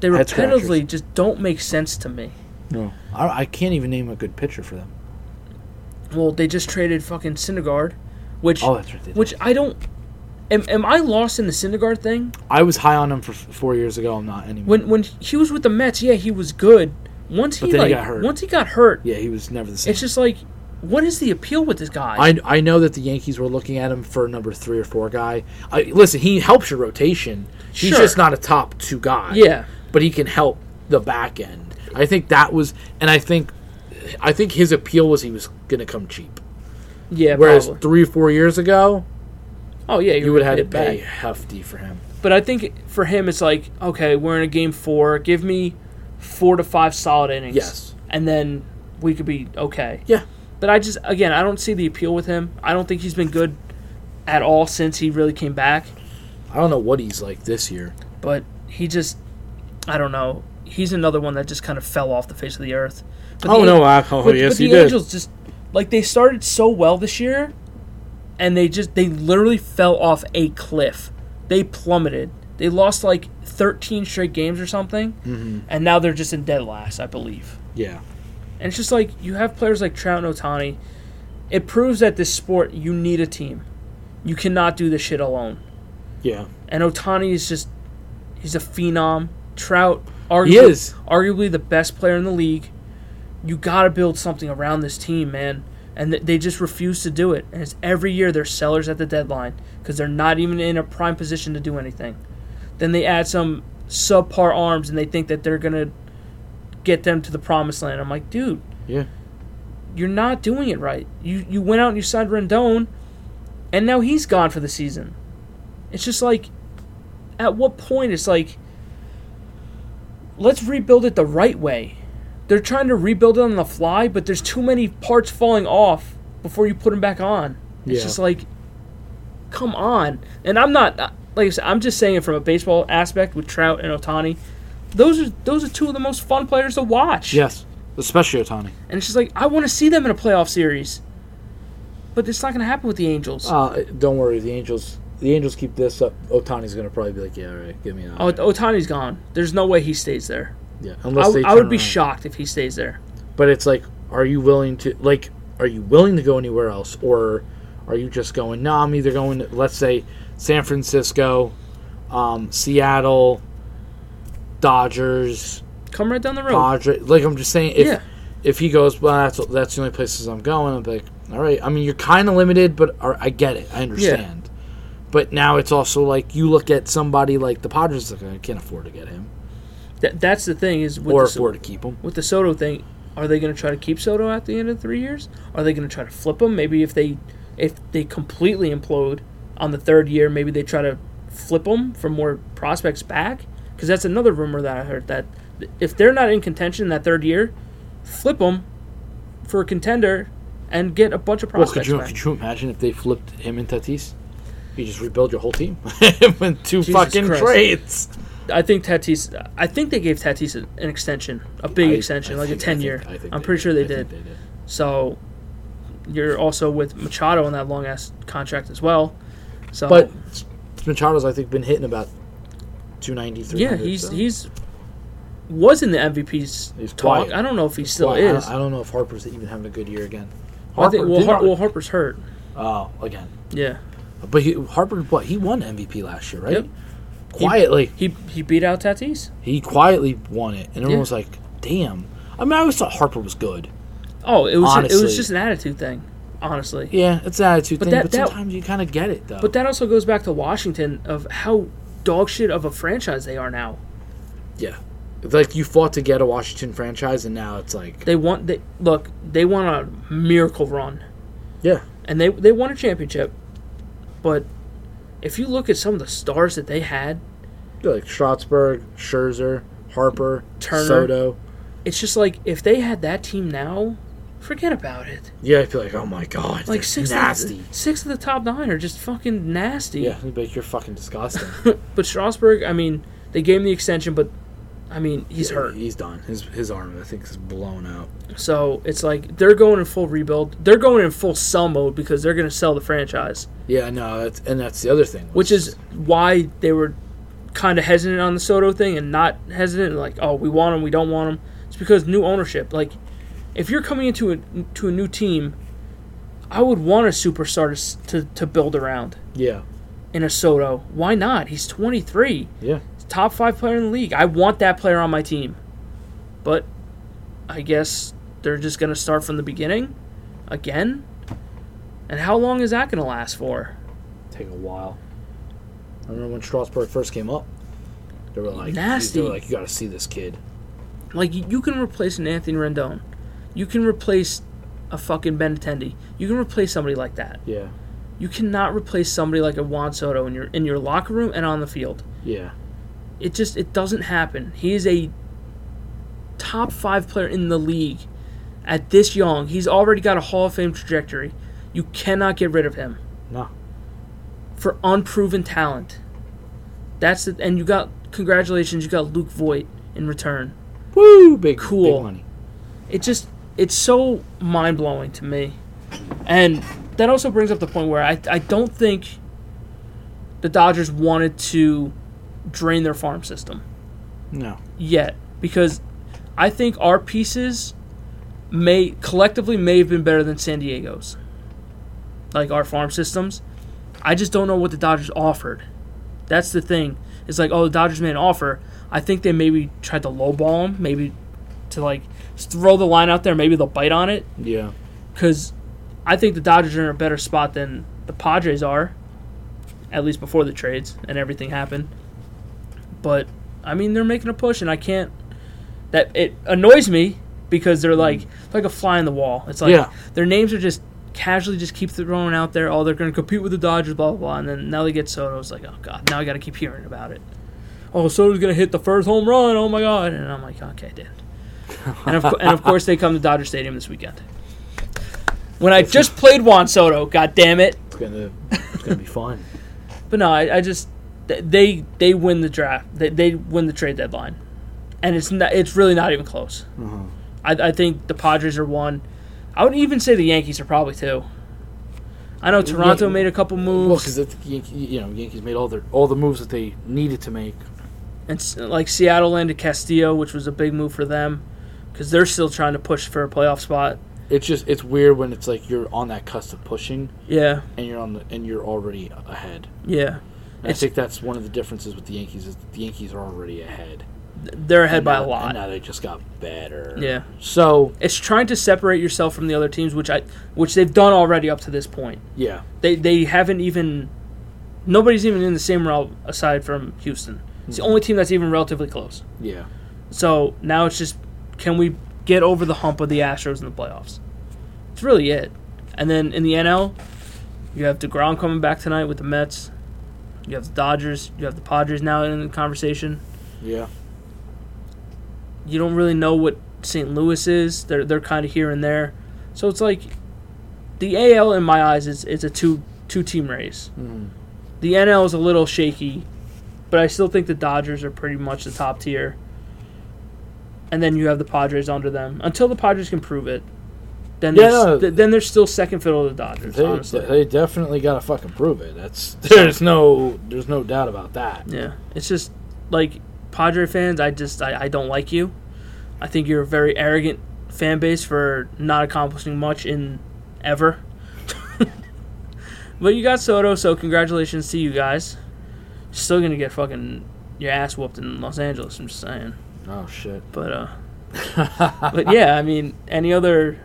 S2: they
S1: Head scratchers.
S2: repetitively just don't make sense to me.
S1: No, I, I can't even name a good pitcher for them.
S2: Well, they just traded fucking Syndergaard, which
S1: Oh, that's ridiculous.
S2: which I don't. Am, am I lost in the Syndergaard thing?
S1: I was high on him for f- four years ago. I'm not anymore.
S2: When when he was with the Mets, yeah, he was good. Once he
S1: then
S2: like
S1: he got hurt.
S2: once he got hurt,
S1: yeah, he was never the same.
S2: it's just like, what is the appeal with this guy?
S1: I, I know that the Yankees were looking at him for a number three or four guy. I, listen, he helps your rotation. He's
S2: Sure.
S1: just not a top two guy.
S2: yeah,
S1: but he can help the back end. I think that was, and I think, I think his appeal was he was going to come cheap.
S2: yeah.
S1: Whereas
S2: probably.
S1: three or four years ago,
S2: oh yeah,
S1: you would have
S2: it
S1: had to pay hefty for him.
S2: But I think for him, it's like, okay, we're in a game four. Give me four to five solid innings.
S1: Yes.
S2: And then we could be okay.
S1: Yeah,
S2: But I just, again, I don't see the appeal with him. I don't think he's been good at all since he really came back.
S1: I don't know what he's like this year.
S2: But he just, I don't know. He's another one that just kind of fell off the face of the earth. But the Ang-
S1: I, oh
S2: but, but the Angels just, like, they started so well this year, and they just, they literally fell off a cliff. They plummeted. They lost, like, 13 straight games or something,
S1: hmm
S2: and now they're just in dead last, I believe.
S1: Yeah,
S2: And it's just like, you have players like Trout and Otani. It proves that this sport, you need a team. You cannot do this shit alone.
S1: yeah.
S2: And Otani is just, he's a phenom. Trout, arguably,
S1: He is.
S2: arguably the best player in the league. You got to build something around this team, man. And th- they just refuse to do it. And it's every year they're sellers at the deadline because they're not even in a prime position to do anything. Then they add some subpar arms and they think that they're going to get them to the promised land. I'm like, dude,
S1: Yeah.
S2: you're not doing it right. You you went out and you signed Rendon, and now he's gone for the season. It's just like, at what point it's like, let's rebuild it the right way. They're trying to rebuild it on the fly, but there's too many parts falling off before you put them back on. It's
S1: Yeah.
S2: just like, come on. And I'm not uh, like I said, I'm just saying it from a baseball aspect with Trout and Otani. Those are those are two of the most fun players to watch.
S1: Yes, especially Otani.
S2: And it's just like, I want to see them in a playoff series. But it's not going to happen with the Angels.
S1: Uh, don't worry, the Angels. The Angels keep this up. Otani's gonna probably be like, yeah, all right, give me an.
S2: oh, Otani's gone. There's no way he stays there.
S1: yeah,
S2: I,
S1: unless they.
S2: I would
S1: turn
S2: be
S1: around.
S2: shocked if he stays there.
S1: But it's like, are you willing to like? Are you willing to go anywhere else, or are you just going? No, I'm either going. To, let's say San Francisco, um, Seattle, Dodgers,
S2: Come right down the road.
S1: Padres. Like I'm just saying, if
S2: Oh. Yeah.
S1: if he goes, well, that's that's the only places I'm going. I'm like, all right. I mean, you're kind of limited, but are, I get it. I understand. But now it's also like you look at somebody like the Padres. Like, I can't afford to get him,
S2: Th- that's the thing is with
S1: or
S2: the, So-
S1: afford to keep him.
S2: with the Soto thing. Are they going to try to keep Soto at the end of three years? Are they going to try to flip him? Maybe if they if they completely implode, on the third year, maybe they try to flip him for more prospects back. Because that's another rumor that I heard that if they're not in contention that third year, flip him for a contender and get a bunch of
S1: Well, could
S2: prospects
S1: you
S2: back.
S1: could you imagine if they flipped him and Tatis? You just rebuild your whole team in two fucking
S2: Christ.
S1: trades.
S2: I think Tatis. I think they gave Tatis an extension, a big
S1: I-
S2: extension,
S1: I
S2: like
S1: think-
S2: a
S1: I
S2: ten
S1: think-
S2: year.
S1: I think
S2: I'm pretty sure they
S1: I think
S2: did. So you're also with Machado on that long ass contract as well. So,
S1: But Machado's, I think, been hitting about 290, 300.
S2: yeah, he's
S1: so.
S2: he's was in the MVP's
S1: He's
S2: talk.
S1: quiet.
S2: I don't know if he still
S1: Well, I don't-
S2: is.
S1: I, don't know if Harper's even having a good year again.
S2: I think, well,
S1: did
S2: Har-
S1: not-
S2: well, Harper's hurt.
S1: oh, again.
S2: Yeah,
S1: But he, Harper, what he won MVP last year, right?
S2: Yep.
S1: Quietly,
S2: he he beat out Tatis.
S1: he, quietly won it, and everyone
S2: Yeah.
S1: was like, "Damn." I mean, I always thought Harper was good.
S2: Oh, it was it
S1: Honestly.
S2: was just an attitude thing, honestly.
S1: Yeah, it's an attitude
S2: But
S1: thing,
S2: that-
S1: but
S2: that-
S1: sometimes you kind of get it though.
S2: But that also goes back to Washington of how dog shit of a franchise they are now.
S1: yeah, It's like you fought to get a Washington franchise, and now it's like,
S2: They want they look they want a miracle run.
S1: yeah,
S2: and they they won a championship. But if you look at some of the stars that they had,
S1: they're like Schrotzberg, Scherzer, Harper,
S2: Turner.
S1: Soto.
S2: it's just like if they had that team now, forget about it.
S1: Yeah, I feel like, oh my god,
S2: Like
S1: like
S2: six
S1: nasty.
S2: Of the, six of the top nine are just fucking nasty.
S1: yeah, like you're fucking disgusting.
S2: But Strasburg, I mean, they gave him the extension, but I mean, he's hurt.
S1: He's done. His his arm, I think, is blown out.
S2: So it's like they're going in full rebuild. They're going in full sell mode because they're going to sell the franchise,
S1: Yeah, no, that's and that's the other thing,
S2: which is why they were kind of hesitant on the Soto thing and not hesitant like, oh, we want him, we don't want him. It's because new ownership. Like, if you're coming into a to a new team, I would want a superstar to s- to, to build around
S1: yeah,
S2: in a Soto. Why not? He's 23,
S1: yeah.
S2: top five player in the league. I want that player on my team, but I guess they're just gonna start from the beginning again. And how long is that gonna last for?
S1: take a while. I remember when Strasburg first came up. They were like
S2: Nasty.
S1: They were like, you got to see this kid.
S2: Like you- you can replace an Anthony Rendon, you can replace a fucking Ben Attendee. You can replace somebody like that.
S1: Yeah,
S2: You cannot replace somebody like a Juan Soto in your in your locker room and on the field.
S1: yeah.
S2: It just it doesn't happen. He is a top five player in the league at this young. He's already got a Hall of Fame trajectory. You cannot get rid of him
S1: No,
S2: for unproven talent. That's the, and you got congratulations. You got Luke Voigt in return.
S1: woo, big
S2: Cool.
S1: big money.
S2: it just it's so mind blowing to me, and that also brings up the point where I I don't think the Dodgers wanted to drain their farm system
S1: No,
S2: yet because I think our pieces may collectively may have been better than San Diego's, like our farm systems. I just don't know what the Dodgers offered. That's the thing. It's like oh the Dodgers made an offer. I think they maybe tried to lowball him, maybe to like just throw the line out there. Maybe they'll bite on it
S1: yeah,
S2: because I think the Dodgers are in a better spot than the Padres are, at least before the trades and everything happened. But I mean, they're making a push, and I can't. That it annoys me because they're like like a fly in the wall. It's like
S1: Yeah.
S2: their names are just casually just keep thrown out there. Oh, they're going to compete with the Dodgers, blah blah blah. And then now they get Soto. It's like oh god, now I got to keep hearing about it. Oh, Soto's going to hit the first home run. Oh my god! And I'm like, okay, dude. And of, co- and of course, they come to Dodger Stadium this weekend. When I just played Juan Soto, god damn it!
S1: it's gonna it's gonna be fun.
S2: But no, I, I just th- they they win the draft. They, they win the trade deadline, and it's not it's really not even close. I, I think the Padres are one. I would even say the Yankees are probably two. I know Toronto
S1: Yeah.
S2: made a couple
S1: Well,
S2: moves,
S1: because you know Yankees made all their all the moves that they needed to make.
S2: and s- like Seattle landed Castillo, which was a big move for them, because they're still trying to push for a playoff spot.
S1: It's just it's weird when it's like you're on that cusp of pushing
S2: Yeah,
S1: and you're on the and you're already ahead.
S2: yeah,
S1: And I think that's one of the differences with the Yankees is that the Yankees are already ahead.
S2: they're ahead by a
S1: And
S2: lot.
S1: now they just got better.
S2: Yeah.
S1: So
S2: It's trying to separate yourself from the other teams, which I which they've done already up to this point.
S1: yeah,
S2: They they haven't even nobody's even in the same realm aside from Houston. It's the only team that's even relatively close.
S1: yeah.
S2: So now it's just can we get over the hump of the Astros in the playoffs? It's really it. And then in the NL, You have DeGrom coming back tonight with the Mets. You have the Dodgers. You have the Padres now in the conversation.
S1: Yeah.
S2: You don't really know what St. Louis is. They're they're kind of here and there. So it's like the AL in my eyes is it's a two two team race.
S1: Mm.
S2: The NL is a little shaky, but I still think the Dodgers are pretty much the top tier. And then you have the Padres under them until the Padres can prove it. Then
S1: Yeah,
S2: they're, s-
S1: no.
S2: th- then they're still second fiddle to the Dodgers.
S1: They,
S2: honestly,
S1: they definitely gotta fucking prove it. That's there's no there's no doubt about that.
S2: Yeah, it's just like Padre fans. I just I, I don't like you. I think you're a very arrogant fan base for not accomplishing much in ever. but you got Soto, so congratulations to you guys. Still gonna get fucking your ass whooped in Los Angeles. I'm just saying.
S1: Oh shit.
S2: But uh, but yeah, I mean, any other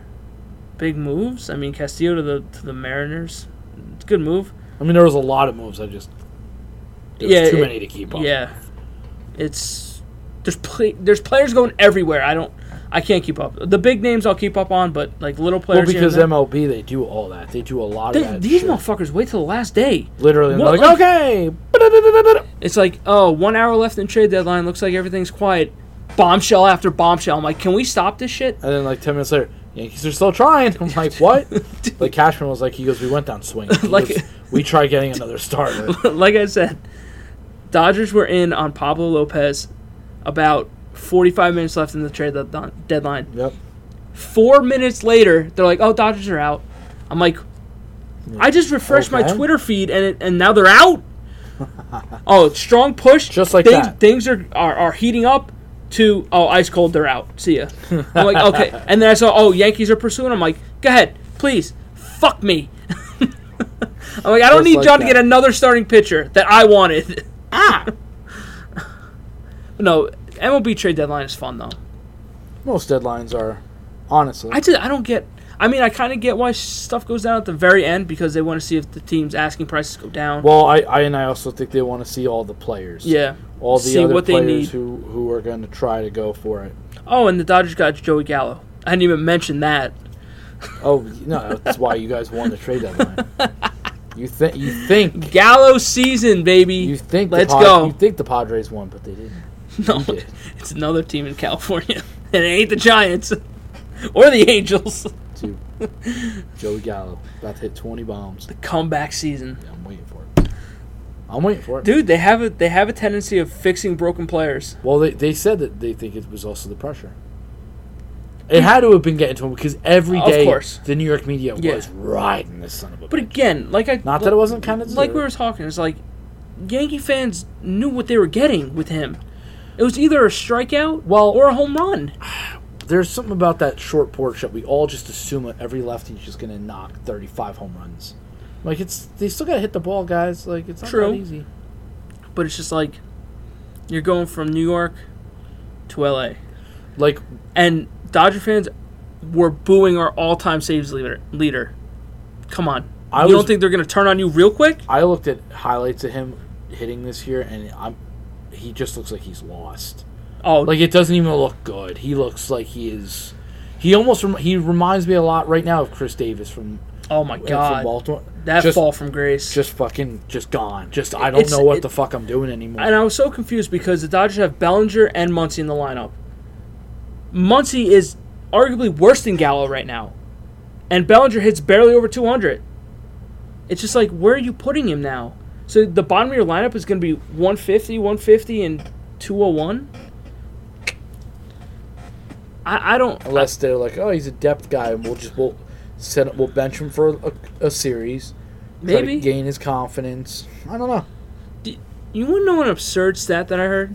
S2: big moves? I mean, Castillo to the to the Mariners. It's a good move.
S1: I mean, there was a lot of moves. I just there's
S2: Yeah,
S1: too
S2: it-
S1: many to keep up.
S2: Yeah, it's there's play, there's players going everywhere. I don't, I can't keep up. The big names I'll keep up on, but like little
S1: Well,
S2: players. here and
S1: because
S2: there-
S1: MLB they do all that. They do a lot
S2: They-
S1: of that.
S2: these
S1: shit.
S2: motherfuckers wait till the last day.
S1: Literally, and
S2: What,
S1: they're
S2: like-
S1: like, okay. ba-da-da-da-da-da."
S2: It's like, oh, one hour left in trade deadline. Looks like everything's quiet. Bombshell after bombshell. I'm like, can we stop this shit?
S1: And then like ten minutes later, Yankees are still trying. I'm like, what? like Cashman was like, he goes, we went down swinging. He
S2: Like-
S1: goes, we try getting another starter.
S2: like I said, Dodgers were in on Pablo Lopez about 45 minutes left in the trade deadli- deadline.
S1: yep.
S2: Four minutes later, they're like, "Oh, Dodgers are out." I'm like, I just refreshed my
S1: Okay.
S2: Twitter feed and it, and now they're out. oh, strong push.
S1: Just like
S2: things,
S1: that.
S2: Things are, are are heating up. To oh, ice cold. They're out. See ya. I'm like, okay. And then I saw oh, Yankees are pursuing. I'm like, go ahead, please, fuck me. I'm like, I
S1: Just
S2: don't need
S1: like
S2: John to
S1: that.
S2: get another starting pitcher that I wanted. ah. no, MLB trade deadline is fun though.
S1: Most deadlines are, honestly.
S2: I just I don't get. I mean, I kind of get why stuff goes down at the very end because they want to see if the team's asking prices go down.
S1: well, I, I and I also think they want to see all the players.
S2: yeah.
S1: All the
S2: see
S1: other
S2: what they
S1: players
S2: need.
S1: who who are going to try to go for it.
S2: Oh, and the Dodgers got Joey Gallo. I didn't even mention that.
S1: Oh no, that's why you guys won the trade deadline. You think you think
S2: Gallo season, baby.
S1: you think the
S2: Let's
S1: Pad-
S2: go.
S1: You think the Padres won, but they didn't.
S2: no,
S1: did.
S2: it's another team in California, and it ain't the Giants or the Angels.
S1: Two. Joey Gallo about to hit 20 bombs.
S2: Comeback season,
S1: Yeah, I'm waiting for it. I'm waiting for it.
S2: dude. They have a they have a tendency of fixing broken players.
S1: Well, they, they said that they think it was also the pressure. It had to have been getting to him because every
S2: Of
S1: day
S2: course.
S1: the New York media
S2: Yeah.
S1: was riding this son of a.
S2: But
S1: bitch.
S2: again, like I
S1: not that it wasn't kind of
S2: like we were talking, it's like Yankee fans knew what they were getting with him. It was either a strikeout,
S1: Well-
S2: or a home run.
S1: There's something about that short porch that we all just assume that every lefty's just going to knock 35 home runs. Like it's they still got to hit the ball, guys. Like it's not
S2: True.
S1: that easy.
S2: But it's just like you're going from New York to LA,
S1: Like
S2: and Dodger fans were booing our all-time saves leader. Leader, come on!
S1: I
S2: you
S1: was-
S2: don't think they're gonna turn on you real quick?
S1: I looked at highlights of him hitting this year, and I'm he just looks like he's lost.
S2: Oh,
S1: Like it doesn't even look good. He looks like he is. He almost rem- he reminds me a lot right now of Chris Davis from
S2: oh my
S1: from
S2: God!
S1: Baltimore.
S2: That
S1: just,
S2: fall from grace.
S1: just fucking just gone. Just I don't
S2: It's-
S1: know what
S2: it-
S1: the fuck I'm doing anymore.
S2: and I was so confused because the Dodgers have Bellinger and Muncy in the lineup. Muncy is arguably worse than Gallo right now, and Bellinger hits barely over 200. It's just like, where are you putting him now? So the bottom of your lineup is going to be 150, 150, and 201. I, I don't.
S1: Unless they're like, oh, he's a depth guy, and we'll just we'll set up, we'll bench him for a, a series. try to
S2: Maybe
S1: gain his confidence. I don't know.
S2: you want to know an absurd stat that I heard?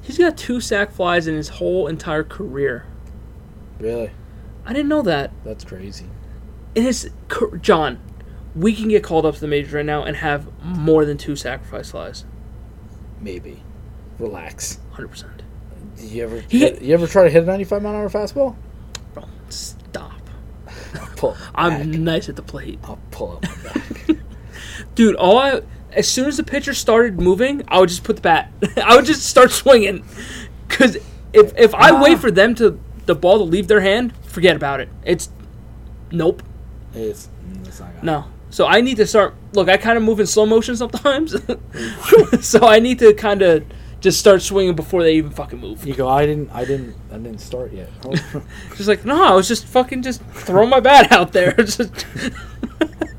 S2: He's got two sack flies in his whole entire career.
S1: Really,
S2: I didn't know that.
S1: that's crazy.
S2: in his cur- John, we can get called up to the majors right now and have more than two sacrifice flies.
S1: Maybe. Relax.
S2: Hundred percent.
S1: Do you ever
S2: He-
S1: hit- you ever try to hit a 95 mile an hour fastball?
S2: Bro, stop.
S1: Pull.
S2: I'm
S1: back.
S2: nice at the plate,
S1: I'll pull up. my back.
S2: dude. All I as soon as the pitcher started moving, I would just put the bat. I would just start swinging, because if if I
S1: Ah.
S2: wait for them to the ball to leave their hand, forget about it. It's nope,
S1: It's, it's not gonna
S2: no. So I need to start. Look, I kind of move in slow motion sometimes. so I need to kind of just start swinging before they even fucking move.
S1: You go. I didn't. I didn't. I didn't start yet.
S2: Just like, no, I was just fucking just throwing my bat out there. Just-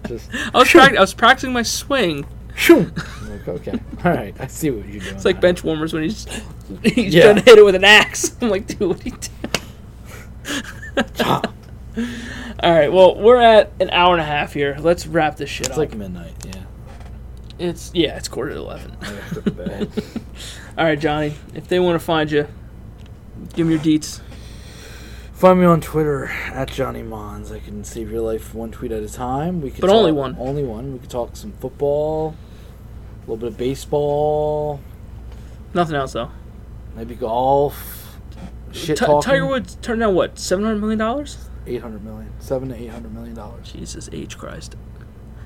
S1: Just
S2: I was prac- I was practicing my swing.
S1: shoo. I'm like, okay. All right. I see what you're doing.
S2: It's like
S1: now.
S2: bench warmers when he's he's
S1: Yeah.
S2: trying to hit it with an axe. I'm like, dude, what are you doing? All right, well, we're at an hour and a half here. Let's wrap this shit
S1: It's
S2: up.
S1: like midnight. Yeah.
S2: it's yeah, it's quarter to eleven.
S1: I gotta go to bed.
S2: All right, Johnny, if they want to find you, give them your deets.
S1: Find me on Twitter at Johnny Mons. I can save your life one tweet at a time. We could
S2: But only
S1: talk-
S2: one.
S1: Only one. We could talk some football, a little bit of baseball,
S2: Nothing else though.
S1: maybe golf. Shit
S2: Ti-
S1: talking.
S2: Tiger Woods turned down what seven hundred million dollars?
S1: Eight hundred million. Seven to eight hundred million dollars.
S2: Jesus H Christ!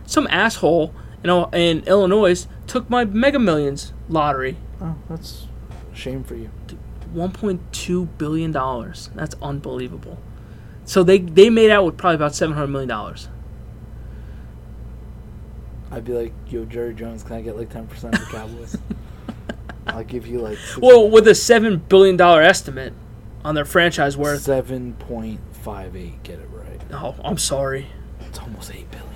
S2: Some asshole in, Ill- in Illinois took my Mega Millions lottery.
S1: Oh, that's a shame for you.
S2: 1.2 billion dollars. That's unbelievable. So they they made out with probably about 700 million dollars.
S1: I'd be like, Yo, Jerry Jones, can I get like ten percent of the Cowboys? I'll give you like six-
S2: Well, with a 7 billion dollar estimate on their franchise worth.
S1: seven point five eight. Get it right.
S2: Oh, I'm sorry.
S1: It's almost eight billion.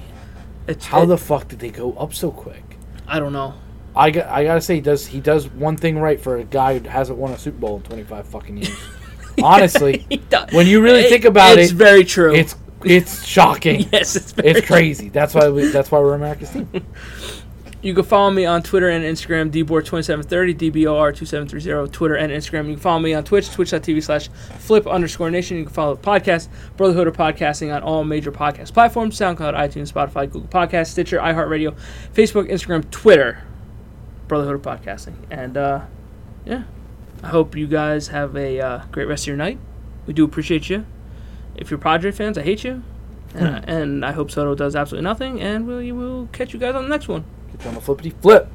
S2: It's
S1: How
S2: it-
S1: the fuck did they go up so quick?
S2: I don't know.
S1: I, got, I gotta say he does he does one thing right for a guy who hasn't won a Super Bowl in 25 fucking years. Honestly,
S2: He do-
S1: when you really think about
S2: it's
S1: it,
S2: very true.
S1: it's it's shocking.
S2: yes, it's very
S1: It's crazy. That's why we, that's why we're America's team.
S2: You can follow me on Twitter and Instagram, dbor2730, dbor2730, Twitter and Instagram. You can follow me on Twitch, twitch.tv slash flip underscore nation. You can follow the podcast, Brotherhood of Podcasting, on all major podcast platforms, SoundCloud, iTunes, Spotify, Google Podcasts, Stitcher, iHeartRadio, Facebook, Instagram, Twitter, Brotherhood of Podcasting. And, uh, yeah, I hope you guys have a uh, great rest of your night. We do appreciate you. If you're Padre fans, I hate you. And, I- and I hope Soto does absolutely nothing. And we will catch you guys on the next one.
S1: Get on the flippity flip.